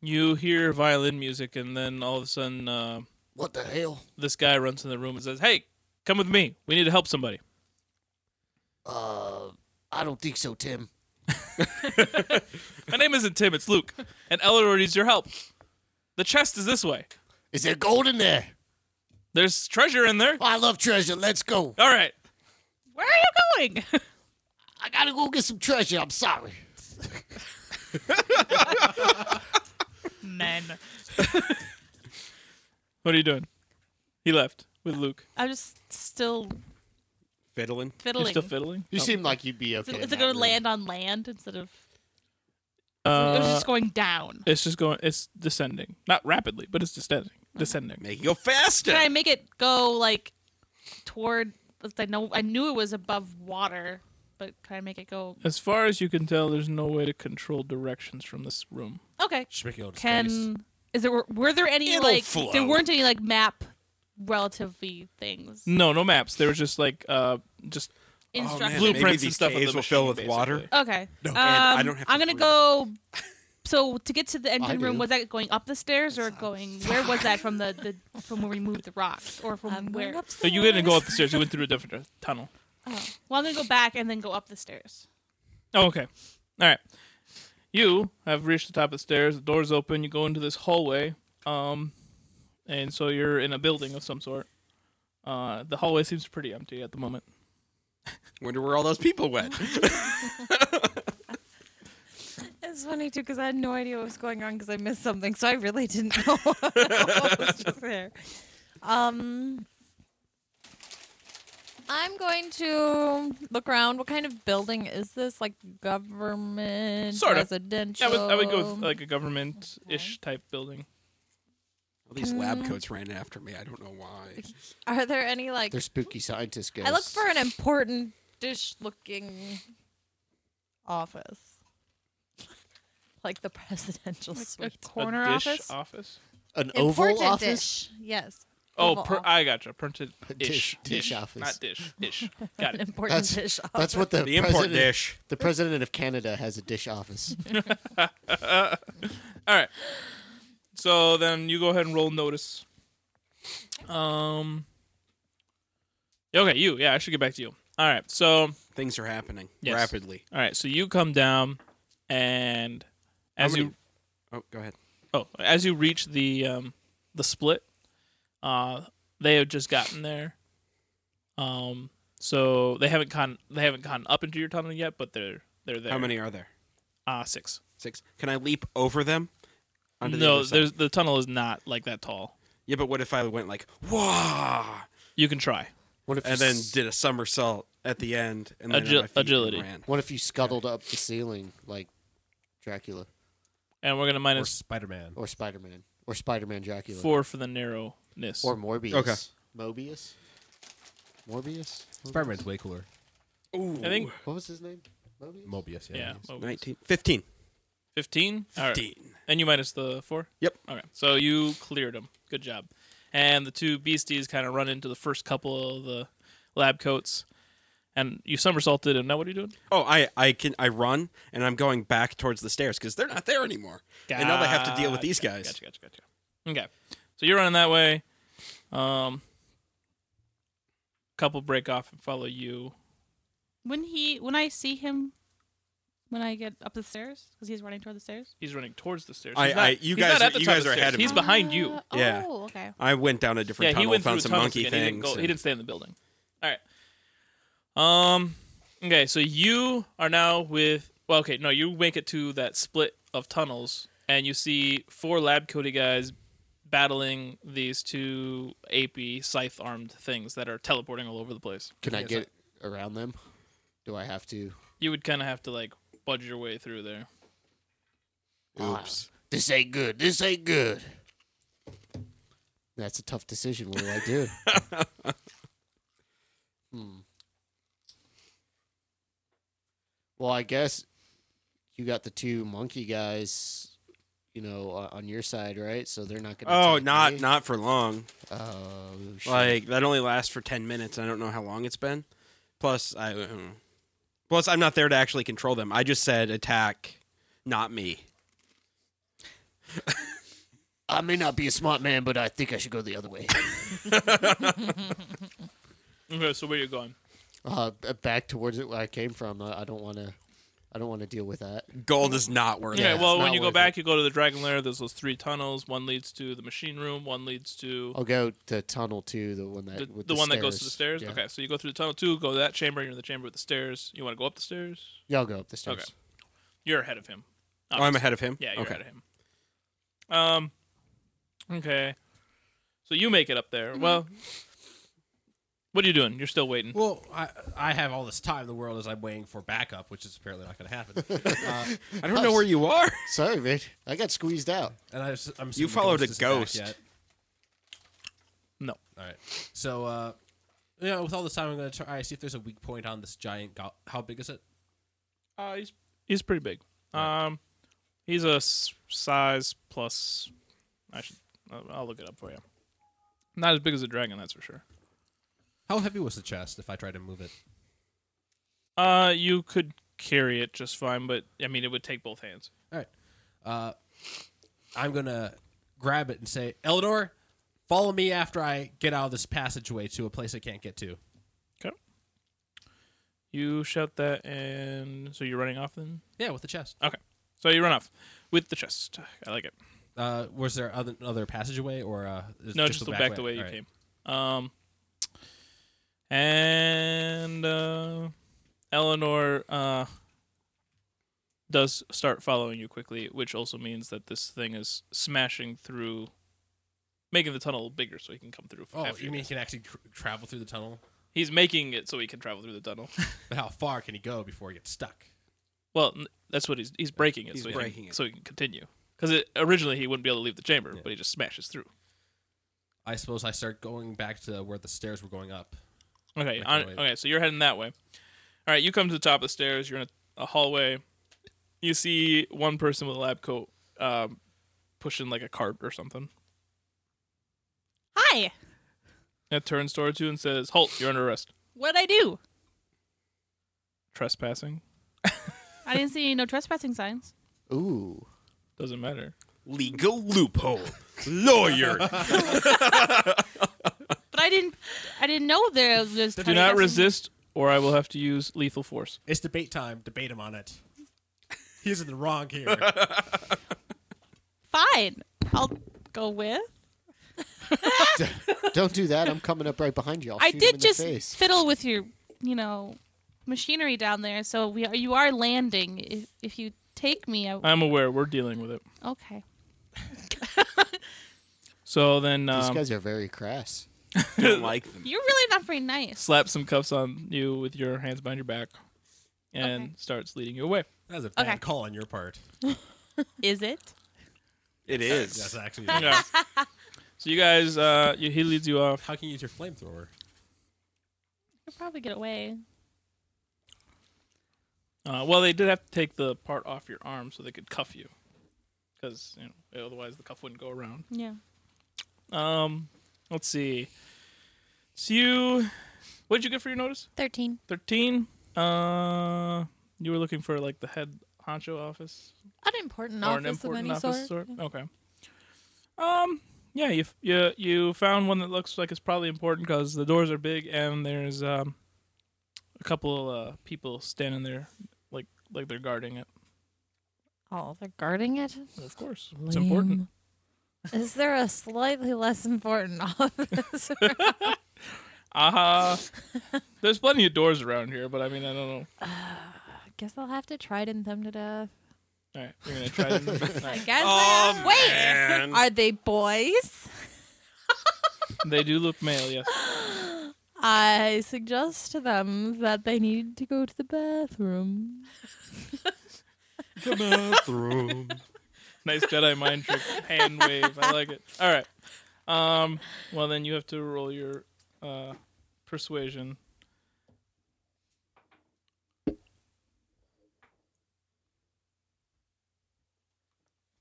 Speaker 2: you hear violin music, and then all of a sudden, uh,
Speaker 5: What the hell?
Speaker 2: this guy runs in the room and says, "Hey, come with me. We need to help somebody."
Speaker 5: Uh, I don't think so, Tim.
Speaker 2: My name isn't Tim. It's Luke, and Eleanor needs your help. The chest is this way.
Speaker 5: Is there gold in there?
Speaker 2: There's treasure in there.
Speaker 5: Oh, I love treasure. Let's go.
Speaker 2: All right.
Speaker 3: Where are you going?
Speaker 5: I gotta go get some treasure. I'm sorry.
Speaker 3: Men.
Speaker 2: What are you doing? He left with Luke.
Speaker 3: I'm just still
Speaker 1: Fiddling.
Speaker 2: You're
Speaker 3: fiddling.
Speaker 2: still fiddling.
Speaker 5: You seem like you'd be
Speaker 3: Is
Speaker 5: okay.
Speaker 3: it-
Speaker 5: in
Speaker 3: is it
Speaker 5: that
Speaker 3: going to
Speaker 5: room.
Speaker 3: land on land instead of?
Speaker 2: Uh,
Speaker 3: it was just going down.
Speaker 2: it's just going. It's descending. Not rapidly, but it's descending. Descending.
Speaker 1: Make it go faster.
Speaker 3: Can I make it go like toward? 'cause I know I knew it was above water, but can I make it go?
Speaker 2: As far as you can tell, there's no way to control directions from this room.
Speaker 3: Okay.
Speaker 4: Should make it go to space.
Speaker 3: Can is there were, were there any
Speaker 1: It'll
Speaker 3: like
Speaker 1: float.
Speaker 3: there weren't any like map relatively things
Speaker 2: No, no maps. They were just like uh, just
Speaker 3: instructions.
Speaker 2: Blueprints
Speaker 1: Oh, Maybe
Speaker 2: and
Speaker 1: these
Speaker 2: stuff of
Speaker 1: caves
Speaker 2: the
Speaker 1: will fill with
Speaker 2: machine,
Speaker 1: water.
Speaker 2: basically.
Speaker 3: Okay.
Speaker 1: No,
Speaker 3: um,
Speaker 1: and I don't have to
Speaker 3: I'm gonna
Speaker 1: breathe.
Speaker 3: go. So to get to the engine
Speaker 5: do.
Speaker 3: room, was that going up the stairs or going? Where was that from the, the from where we moved the rocks or from
Speaker 6: I'm
Speaker 3: where?
Speaker 6: going up
Speaker 2: So you didn't go up the stairs. You went through a different tunnel.
Speaker 3: Oh. Well, I'm gonna go back and then go up the stairs.
Speaker 2: Oh, okay. All right. You have reached the top of the stairs. The door's open. You go into this hallway. Um, and so you're in a building of some sort. Uh, the hallway seems pretty empty at the moment.
Speaker 1: Wonder where all those people went.
Speaker 6: It's funny too because I had no idea what was going on because I missed something, so I really didn't know what was just there. Um, I'm going to look around. What kind of building is this? Like government,
Speaker 2: Sorta. Yeah, Yeah,
Speaker 6: residential?
Speaker 2: I would, I would go with like a government-ish type building.
Speaker 1: all these
Speaker 5: Uh,
Speaker 1: lab coats ran after me. I don't know why.
Speaker 6: Are there any like?
Speaker 5: They're spooky scientist guys.
Speaker 6: I look for an important dish-looking office, like the presidential
Speaker 3: A
Speaker 6: suite.
Speaker 3: corner
Speaker 2: a dish
Speaker 3: office.
Speaker 5: an
Speaker 6: important
Speaker 5: oval office.
Speaker 6: dish. Yes.
Speaker 2: Oh,
Speaker 6: Oval
Speaker 2: per,
Speaker 6: office.
Speaker 2: I gotcha. Printed
Speaker 5: Dish-
Speaker 2: ish,
Speaker 5: dish office.
Speaker 2: not dish, ish. Got
Speaker 6: An
Speaker 2: it.
Speaker 6: important
Speaker 5: That's-
Speaker 6: dish office.
Speaker 5: That's what the,
Speaker 1: The import
Speaker 5: president,
Speaker 1: dish.
Speaker 5: the president of Canada has a dish office.
Speaker 2: All right. So then you go ahead and roll notice. Um. Okay, you. Yeah, I should get back to you. All right. So all
Speaker 1: Things are happening
Speaker 2: Yes.
Speaker 1: rapidly.
Speaker 2: right. So you come down, and as
Speaker 1: many-
Speaker 2: you
Speaker 1: Oh, go ahead.
Speaker 2: oh as you reach the um the split, uh they have just gotten there. Um. So they haven't gone they haven't gone up into your tunnel yet, but they're they're there.
Speaker 1: How many are there?
Speaker 2: Ah, six.
Speaker 1: Six. Can I leap over them? Onto the
Speaker 2: no,
Speaker 1: other side?
Speaker 2: there's the tunnel is not like that tall.
Speaker 1: Yeah, but what if I went like whoa,
Speaker 2: You can try.
Speaker 5: What if you
Speaker 1: and then
Speaker 5: s-
Speaker 1: did a somersault at the end and then
Speaker 2: Agi-
Speaker 1: on my feet and
Speaker 2: agility.
Speaker 1: ran?
Speaker 5: What if you scuttled up the ceiling like Dracula
Speaker 2: And we're gonna
Speaker 4: Or
Speaker 2: minus
Speaker 4: Spider Man.
Speaker 5: or Spider Man or Spider Man Dracula
Speaker 2: four for the narrowness.
Speaker 5: or Morbius?
Speaker 1: Okay.
Speaker 5: Mobius. Morbius.
Speaker 4: Spider Man's way cooler.
Speaker 1: Ooh,
Speaker 2: I think
Speaker 5: What was his name? Mobius.
Speaker 4: Mobius, yeah.
Speaker 2: yeah, what was it?
Speaker 1: 19, 15.
Speaker 2: 15? All right.
Speaker 1: 15.
Speaker 2: And you minus the four.
Speaker 1: Yep.
Speaker 2: Okay, so you cleared them. Good job. And the two beasties kind of run into the first couple of the lab coats, and you somersaulted. And now what are you doing?
Speaker 1: Oh, I I can I run and I'm going back towards the stairs because they're not there anymore. And now they have to deal with these
Speaker 2: Gotcha,
Speaker 1: guys.
Speaker 2: Gotcha, gotcha, gotcha. Okay, so you're running that way. Um, couple break off and follow you.
Speaker 3: When he when I see him, when I get up the stairs because he's running toward the stairs.
Speaker 2: He's running towards the stairs.
Speaker 1: I-
Speaker 2: He's not-
Speaker 1: I- you
Speaker 2: he's not
Speaker 1: guys
Speaker 2: at
Speaker 1: are-
Speaker 2: the
Speaker 1: you
Speaker 2: top
Speaker 1: guys
Speaker 2: the
Speaker 1: are ahead
Speaker 2: stairs.
Speaker 1: of
Speaker 2: He's
Speaker 1: me.
Speaker 2: behind you.
Speaker 3: Uh,
Speaker 1: Yeah.
Speaker 3: Oh, okay.
Speaker 1: I went down a different
Speaker 2: yeah,
Speaker 1: tunnel,
Speaker 2: he went
Speaker 1: found
Speaker 2: through
Speaker 1: some
Speaker 2: tunnels
Speaker 1: monkey
Speaker 2: and
Speaker 1: things.
Speaker 2: He didn't, go, he
Speaker 1: and-
Speaker 2: didn't stay in the building. All right. Um. Okay, so you are now with Well, okay, no, you make it to that split of tunnels, and you see four lab Cody guys battling these two AP scythe armed things that are teleporting all over the place.
Speaker 5: Can I
Speaker 2: Yes,
Speaker 5: get around them? Do I have to?
Speaker 2: You would kind of have to like budge your way through there.
Speaker 5: Oops. This ain't good. This ain't good. That's a tough decision. What do I do? hmm. Well, I guess you got the two monkey guys, you know, uh, on your side, right? So they're not gonna.
Speaker 1: Oh,
Speaker 5: attack
Speaker 1: not
Speaker 5: me.
Speaker 1: not for long.
Speaker 5: Oh, shit.
Speaker 1: Like that only lasts for ten minutes. I don't know how long it's been. Plus, I uh, plus I'm not there to actually control them. I just said attack, not me.
Speaker 5: I may not be a smart man, but I think I should go the other way.
Speaker 2: Okay, so where you going?
Speaker 5: uh, b- back towards it where I came from. I, I don't want to. I don't want to deal with that.
Speaker 1: Gold is not worth
Speaker 2: okay,
Speaker 1: it.
Speaker 2: well,
Speaker 5: it's
Speaker 2: when
Speaker 5: not
Speaker 2: you go
Speaker 5: worth
Speaker 2: back, you go to the Dragon Lair. There's those three tunnels. One leads to the machine room. One leads to
Speaker 5: I'll go to tunnel two, the one that
Speaker 2: the,
Speaker 5: with
Speaker 2: uh, the one that goes to the stairs.
Speaker 5: Yeah.
Speaker 2: Okay, so you go through the tunnel two, go to that chamber. You're in the chamber with the stairs. You want to go up the stairs?
Speaker 5: Yeah, I'll go up the stairs.
Speaker 2: Okay. You're ahead of him.
Speaker 1: Oh, I'm ahead of him.
Speaker 2: Yeah, you're
Speaker 1: okay.
Speaker 2: ahead of him. Um, okay. So you make it up there. Well, what are you doing? You're still waiting.
Speaker 4: Well, I I have all this time in the world as I'm waiting for backup, which is apparently not going to happen. uh,
Speaker 1: I don't know where you are.
Speaker 5: Sorry, man. I got squeezed out.
Speaker 4: and I, s- I'm assuming
Speaker 1: You
Speaker 4: the
Speaker 1: followed a
Speaker 4: isn't back
Speaker 1: ghost.
Speaker 4: yet.
Speaker 2: No.
Speaker 4: All right. So, uh, you know, with all this time, I'm going to try see if there's a weak point on this giant. Go- How big is it?
Speaker 2: Uh, he's he's pretty big. Um, he's a s- size plus. I should. I'll, I'll look it up for you. Not as big as a dragon, that's for sure.
Speaker 4: How heavy was the chest? If I tried to move it,
Speaker 2: Uh, you could carry it just fine, but I mean, it would take both hands.
Speaker 4: all right. Uh, I'm going to grab it and say, Eldor, follow me after I get out of this passageway to a place I can't get to.
Speaker 2: Okay. You shout that, and so you're running off then.
Speaker 4: Yeah, with the chest.
Speaker 2: Okay. So you run off with the chest. I like it.
Speaker 4: Uh, was there other another passageway or uh, is it
Speaker 2: no, just, look back, the way you
Speaker 4: All right.
Speaker 2: came. Um, and uh, Eleanor uh, does start following you quickly, which also means that this thing is smashing through, making the tunnel bigger so he can come through.
Speaker 4: Oh,
Speaker 2: after
Speaker 4: you
Speaker 2: you.
Speaker 4: mean he can actually tr- travel through the tunnel?
Speaker 2: he's making it so he can travel through the tunnel?
Speaker 4: But how far can he go before he gets stuck?
Speaker 2: well, n- that's what he's he's breaking it.
Speaker 1: He's
Speaker 2: so he
Speaker 1: breaking
Speaker 2: can,
Speaker 1: it.
Speaker 2: so he can continue. Because originally he wouldn't be able to leave the chamber,
Speaker 4: Yeah.
Speaker 2: but he just smashes through.
Speaker 4: I suppose I start going back to where the stairs were going up.
Speaker 2: Okay,
Speaker 4: Like
Speaker 2: on,
Speaker 4: the way-
Speaker 2: okay, so you're heading that way. All right, you come to the top of the stairs. You're in a, a hallway. You see one person with a lab coat um, pushing like a cart or something.
Speaker 3: Hi.
Speaker 2: It turns towards you and says, "Halt! You're under arrest.
Speaker 3: What'd I do?
Speaker 2: Trespassing
Speaker 3: I didn't see no trespassing signs.
Speaker 5: Ooh.
Speaker 2: doesn't matter."
Speaker 1: Legal loophole. Lawyer.
Speaker 3: But I didn't. I didn't know there was.
Speaker 2: Do not resist, or I will have to use lethal force.
Speaker 4: It's debate time. Debate him on it. He's in the wrong here.
Speaker 3: Fine. I'll go with.
Speaker 5: Don't do that. I'm coming up right behind you. I'll
Speaker 3: I
Speaker 5: shoot him in
Speaker 3: did
Speaker 5: the
Speaker 3: just
Speaker 5: face.
Speaker 3: fiddle with your, you know, machinery down there. So we are, you are landing. If if you take me, I,
Speaker 2: I'm aware we're dealing with it.
Speaker 3: okay.
Speaker 2: So then,
Speaker 5: These
Speaker 2: um,
Speaker 5: guys are very crass.
Speaker 1: don't like them.
Speaker 3: You're really not very nice.
Speaker 2: slap some cuffs on you with your hands behind your back, and
Speaker 3: Okay.
Speaker 2: starts leading you away.
Speaker 4: That was a bad
Speaker 3: Okay.
Speaker 4: call on your part.
Speaker 3: Is it?
Speaker 1: It
Speaker 4: That's
Speaker 1: is.
Speaker 4: actually.
Speaker 2: Yeah. so you guys, uh, you, he leads you off.
Speaker 4: How can you use your flamethrower?
Speaker 3: You'll probably get away.
Speaker 2: Uh, well, they did have to take the part off your arm so they could cuff you, because you know otherwise the cuff wouldn't go around.
Speaker 3: Yeah.
Speaker 2: Um, let's see. So you, what did you get for your notice?
Speaker 6: 13.
Speaker 2: Thirteen. Uh, you were looking for like the head honcho office
Speaker 6: Unimportant office of any sort.
Speaker 2: Okay. Um. Yeah. You f- you you found one that looks like it's probably important because the doors are big and there's um a couple uh people standing there like like they're guarding it.
Speaker 6: Oh, they're guarding it?
Speaker 2: Of course, it's important.
Speaker 6: Lame. Is there a slightly less important office?
Speaker 2: Uh, there's plenty of doors around here, but I mean, I don't know.
Speaker 6: guess I'll have to try and them to death.
Speaker 2: All right, we're gonna try. To,
Speaker 6: I guess.
Speaker 1: Oh,
Speaker 6: Wait,
Speaker 1: man.
Speaker 6: are they boys?
Speaker 2: they do look male, yes.
Speaker 6: I suggest to them that they need to go to the bathroom.
Speaker 1: The bathroom.
Speaker 2: Nice Jedi mind trick, hand wave. I like it. All right. Um. Well, then you have to roll your uh, persuasion.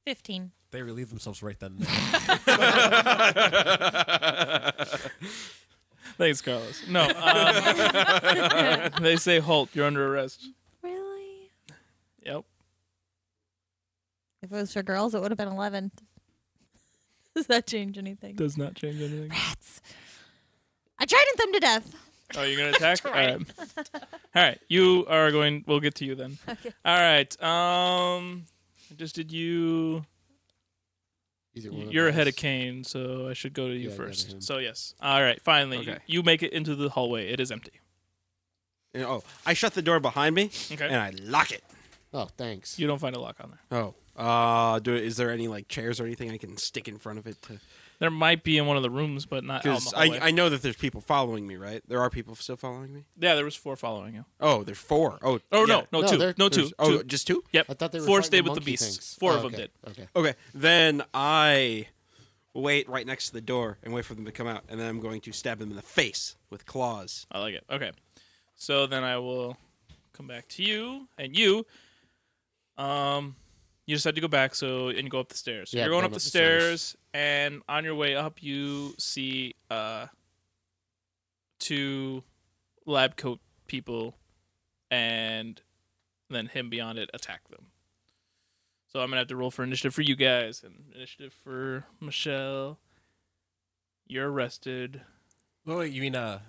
Speaker 6: Fifteen.
Speaker 4: They relieve themselves right then. and there.
Speaker 2: Thanks, Carlos. No. Um, they say halt. You're under arrest.
Speaker 6: Really?
Speaker 2: Yep.
Speaker 6: If it was for girls, it would have been eleven. Does that change anything?
Speaker 2: Does not change anything.
Speaker 6: Rats. I trident them to death.
Speaker 2: Oh, you're gonna attack. All right. All right. You are going. We'll get to you then. All right. Um. I just did you.
Speaker 5: Either one of
Speaker 2: You're ahead
Speaker 5: those.
Speaker 2: of Kane, so I should go to you
Speaker 5: Yeah, I got
Speaker 2: first.
Speaker 5: him.
Speaker 2: So yes. All right. Finally, you-
Speaker 1: Okay.
Speaker 2: you make it into the hallway. It is empty.
Speaker 1: And, oh, I shut the door behind me
Speaker 2: Okay.
Speaker 1: and I lock it.
Speaker 5: Oh, thanks.
Speaker 2: You don't find a lock on there.
Speaker 1: Oh, uh, do is there any like chairs or anything I can stick in front of it to?
Speaker 2: There might be in one of the rooms, but not out in Uh, the
Speaker 1: Because
Speaker 2: hallway.
Speaker 1: I, I know that there's people following me, right? There are people still following me.
Speaker 2: yeah, there was four following you.
Speaker 1: Oh, there's four. Oh,
Speaker 2: Oh no,
Speaker 1: yeah.
Speaker 2: no,
Speaker 5: No,
Speaker 2: two,
Speaker 5: there-
Speaker 2: no two,
Speaker 5: there's-
Speaker 2: two.
Speaker 1: Oh, just two.
Speaker 2: yep.
Speaker 5: I thought they were
Speaker 2: four
Speaker 5: fighting
Speaker 2: stayed
Speaker 5: the
Speaker 2: with the
Speaker 5: monkey
Speaker 2: beasts.
Speaker 5: things.
Speaker 2: Four
Speaker 5: Oh,
Speaker 2: of them
Speaker 5: okay,
Speaker 2: did.
Speaker 5: Okay.
Speaker 1: Okay, then I wait right next to the door and wait for them to come out, and then I'm going to stab them in the face with claws.
Speaker 2: I like it. Okay. So then I will come back to you and you. Um, you decide to go back, so and you go up the stairs. So
Speaker 5: Yeah,
Speaker 2: You're going up the, stairs,
Speaker 5: stairs.
Speaker 2: and on your way up, you see uh two lab coat people, and then him beyond it attack them. So I'm gonna have to roll for initiative for you guys and initiative for Michelle. You're arrested.
Speaker 4: Well, wait, you mean uh,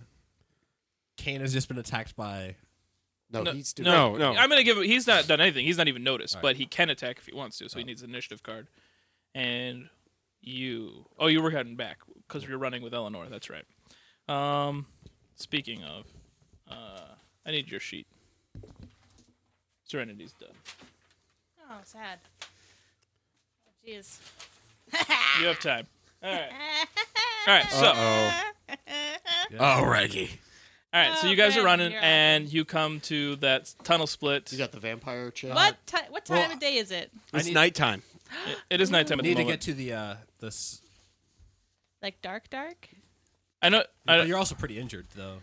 Speaker 4: Kane has just been attacked by?
Speaker 5: No,
Speaker 2: No,
Speaker 5: he's doing
Speaker 1: No, no.
Speaker 2: I'm gonna give. He's not done anything. He's not even noticed,
Speaker 4: All right.
Speaker 2: but he can attack if he wants to. So he
Speaker 4: Oh.
Speaker 2: needs an initiative card. And you. Oh, you were heading back because you're running with Eleanor. That's right. Um, speaking of, uh, I need your sheet. Serenity's done.
Speaker 3: Oh, sad. Oh, Jeez.
Speaker 2: You have time. All right. All right. So.
Speaker 1: Alrighty.
Speaker 2: All right. So
Speaker 3: Oh,
Speaker 2: you guys are
Speaker 3: man,
Speaker 2: running,
Speaker 3: you're
Speaker 2: and you come to that tunnel split.
Speaker 5: You got the vampire chair.
Speaker 3: what ti- what time
Speaker 4: well,
Speaker 3: of day is it?
Speaker 1: It's
Speaker 4: need-
Speaker 1: nighttime.
Speaker 2: It- it is nighttime at the
Speaker 4: Need to
Speaker 2: moment.
Speaker 4: get to the uh, this.
Speaker 3: Like dark, dark?
Speaker 2: I know. I,
Speaker 4: but you're also pretty injured though,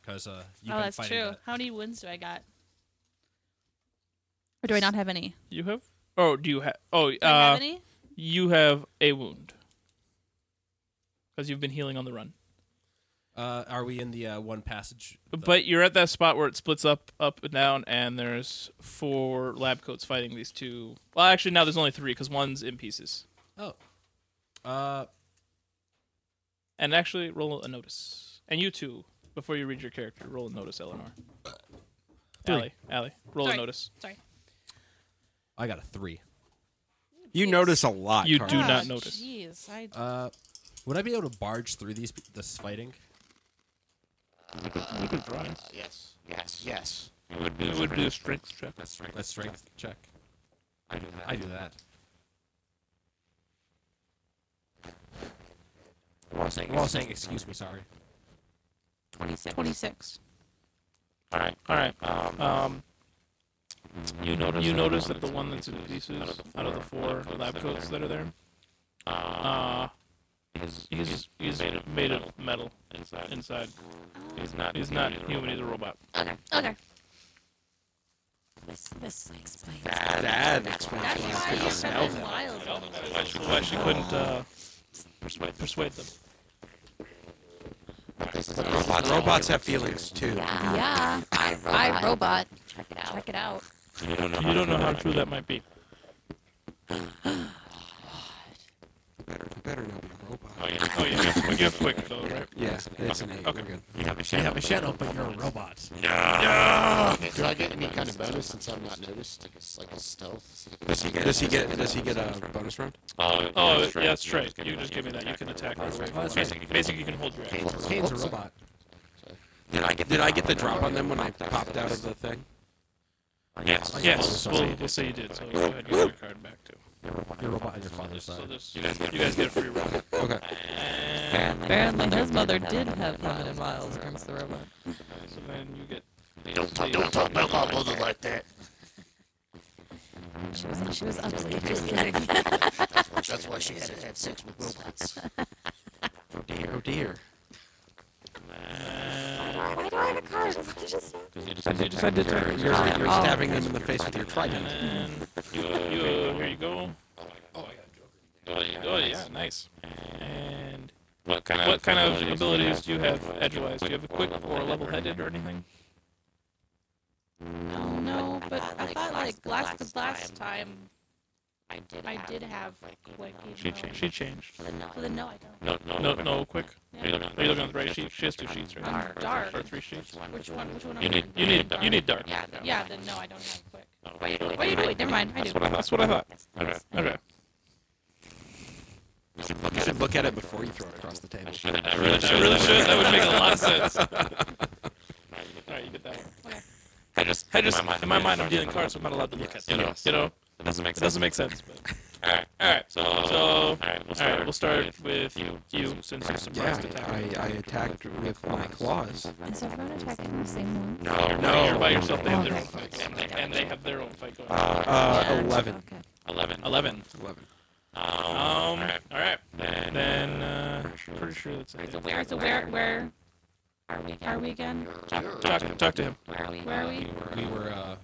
Speaker 4: because uh, you've
Speaker 3: oh,
Speaker 4: been
Speaker 3: that's
Speaker 4: fighting
Speaker 3: true.
Speaker 4: that-
Speaker 3: How many wounds do I got? Or do I not have any?
Speaker 2: You have. Oh, do you have? Oh,
Speaker 3: Do I
Speaker 2: uh,
Speaker 3: have any?
Speaker 2: You have a wound. Because you've been healing on the run.
Speaker 4: Uh, are we in the uh, one passage?
Speaker 2: But you're at that spot where it splits up, up and down, and there's four lab coats fighting these two. Well, actually, now there's only three because one's in pieces.
Speaker 4: oh, uh,
Speaker 2: And actually, roll a notice. And you two, before you read your character, roll a notice, Eleanor. Allie, Allie, roll
Speaker 3: Sorry.
Speaker 2: a notice.
Speaker 3: Sorry.
Speaker 4: I got a three.
Speaker 1: You notice a lot.
Speaker 2: You
Speaker 1: Carl.
Speaker 2: do
Speaker 3: Oh,
Speaker 2: not notice.
Speaker 3: Jeez. I-
Speaker 4: Uh, would I be able to barge through these this fighting?
Speaker 5: Yes. Yes. Yes.
Speaker 2: It would be a strength check.
Speaker 4: A strength check. I do that. I do that. Well, saying, excuse me, sorry.
Speaker 3: 26.
Speaker 2: All right. Um, you notice. that the one that's in pieces out of the four, lab coats that are there. Uh, he's he's, he's made, of, metal inside. Inside. He's not. He's not human. He's a robot.
Speaker 6: Okay.
Speaker 1: That explains
Speaker 3: That's
Speaker 1: why.
Speaker 3: why you've been wild.
Speaker 2: Why she, why she couldn't uh, persuade persuade them?
Speaker 1: Robots, robots have feelings too.
Speaker 6: Yeah. I robot. Check it out. Check it out.
Speaker 2: You don't know. You don't know how true that might be.
Speaker 1: Better not be a robot.
Speaker 2: Oh yeah. Oh yeah. You're quick though, right?
Speaker 1: Yeah, it's an eight.
Speaker 2: Okay.
Speaker 1: We're good.
Speaker 4: You have a shadow, but you're a robot.
Speaker 5: Do I get any kind of bonus since I'm not noticed? Like it's like a stealth.
Speaker 1: Does he get? Does he get a bonus round?
Speaker 2: Oh yeah, that's right. You just give me that. You can attack. Basically, basically, you can hold your action.
Speaker 4: Kane's a robot.
Speaker 1: Did I get the drop on them when I popped out of the thing?
Speaker 7: Yes.
Speaker 2: Yes, we'll, we'll say you did. So go ahead and get your card back too.
Speaker 4: Your robot on your father's
Speaker 2: So
Speaker 4: side.
Speaker 2: this, you guys get a free roll.
Speaker 1: Okay.
Speaker 6: Apparently, his mother did have how many miles against the robot.
Speaker 2: So then you get.
Speaker 7: Don't talk. Don't talk about my mother like that.
Speaker 6: She was, she was upscaling. She was kidding.
Speaker 7: That's why she had to have sex with robots.
Speaker 1: Oh dear.
Speaker 6: Why do I have a card? You just-
Speaker 1: You decided to you're, you're stabbing them in the face with your trident.
Speaker 2: And you, uh, here you go. Oh, yeah. Oh, yeah, nice. And
Speaker 7: What kind
Speaker 2: what kind of abilities do you have edgewise? Do you have a quick or level headed or anything?
Speaker 3: No, no, but I thought like last last time
Speaker 7: I did.
Speaker 3: I did have quick. you know.
Speaker 2: She changed.
Speaker 3: But then no, I don't.
Speaker 7: No, no,
Speaker 2: No, no, quick.
Speaker 3: Yeah.
Speaker 7: Are you looking
Speaker 2: Are you looking at the right sheet? She has two sheets, right?
Speaker 3: Um, dark.
Speaker 2: Or three sheets.
Speaker 3: Which one? Which one? am
Speaker 7: You
Speaker 3: I
Speaker 7: need-
Speaker 3: on?
Speaker 2: You need you need dark.
Speaker 3: Yeah. Then no, I don't have quick.
Speaker 7: Wait, wait,
Speaker 3: Wait, wait. Never mind. I do.
Speaker 2: That's what I thought.
Speaker 7: Okay.
Speaker 2: Okay.
Speaker 1: You should look at it before you throw it across the table.
Speaker 7: I really should.
Speaker 2: I really should. That would make a lot of sense. Alright, you get that one.
Speaker 3: Okay.
Speaker 7: I just.
Speaker 2: I just, in my mind, I'm dealing cards, so I'm not allowed to look at them. You know, you know
Speaker 7: It doesn't make
Speaker 2: it
Speaker 7: sense.
Speaker 2: doesn't make sense. But.
Speaker 7: All right.
Speaker 2: All right, so,
Speaker 7: So.
Speaker 2: all
Speaker 7: right. We'll
Speaker 2: right, we'll start with you, since you
Speaker 1: Yeah,
Speaker 2: surprised
Speaker 1: I,
Speaker 2: attack.
Speaker 1: I attacked with my claws.
Speaker 6: Is everyone attacking the same one?
Speaker 7: No.
Speaker 2: No, you're by
Speaker 7: you're
Speaker 2: yourself. They have their
Speaker 6: Okay.
Speaker 2: own fight, and they, and they have their own fight going. on.
Speaker 7: Uh,
Speaker 1: Uh,
Speaker 6: Yeah,
Speaker 1: eleven.
Speaker 6: Okay.
Speaker 7: Eleven.
Speaker 2: Eleven.
Speaker 1: Eleven.
Speaker 2: Um. All right. Then uh, pretty sure that's it.
Speaker 3: All right. So where where
Speaker 7: Are we?
Speaker 3: are we again?
Speaker 2: Talk, talk to him.
Speaker 7: Where are we?
Speaker 3: Where are we?
Speaker 4: We were, uh,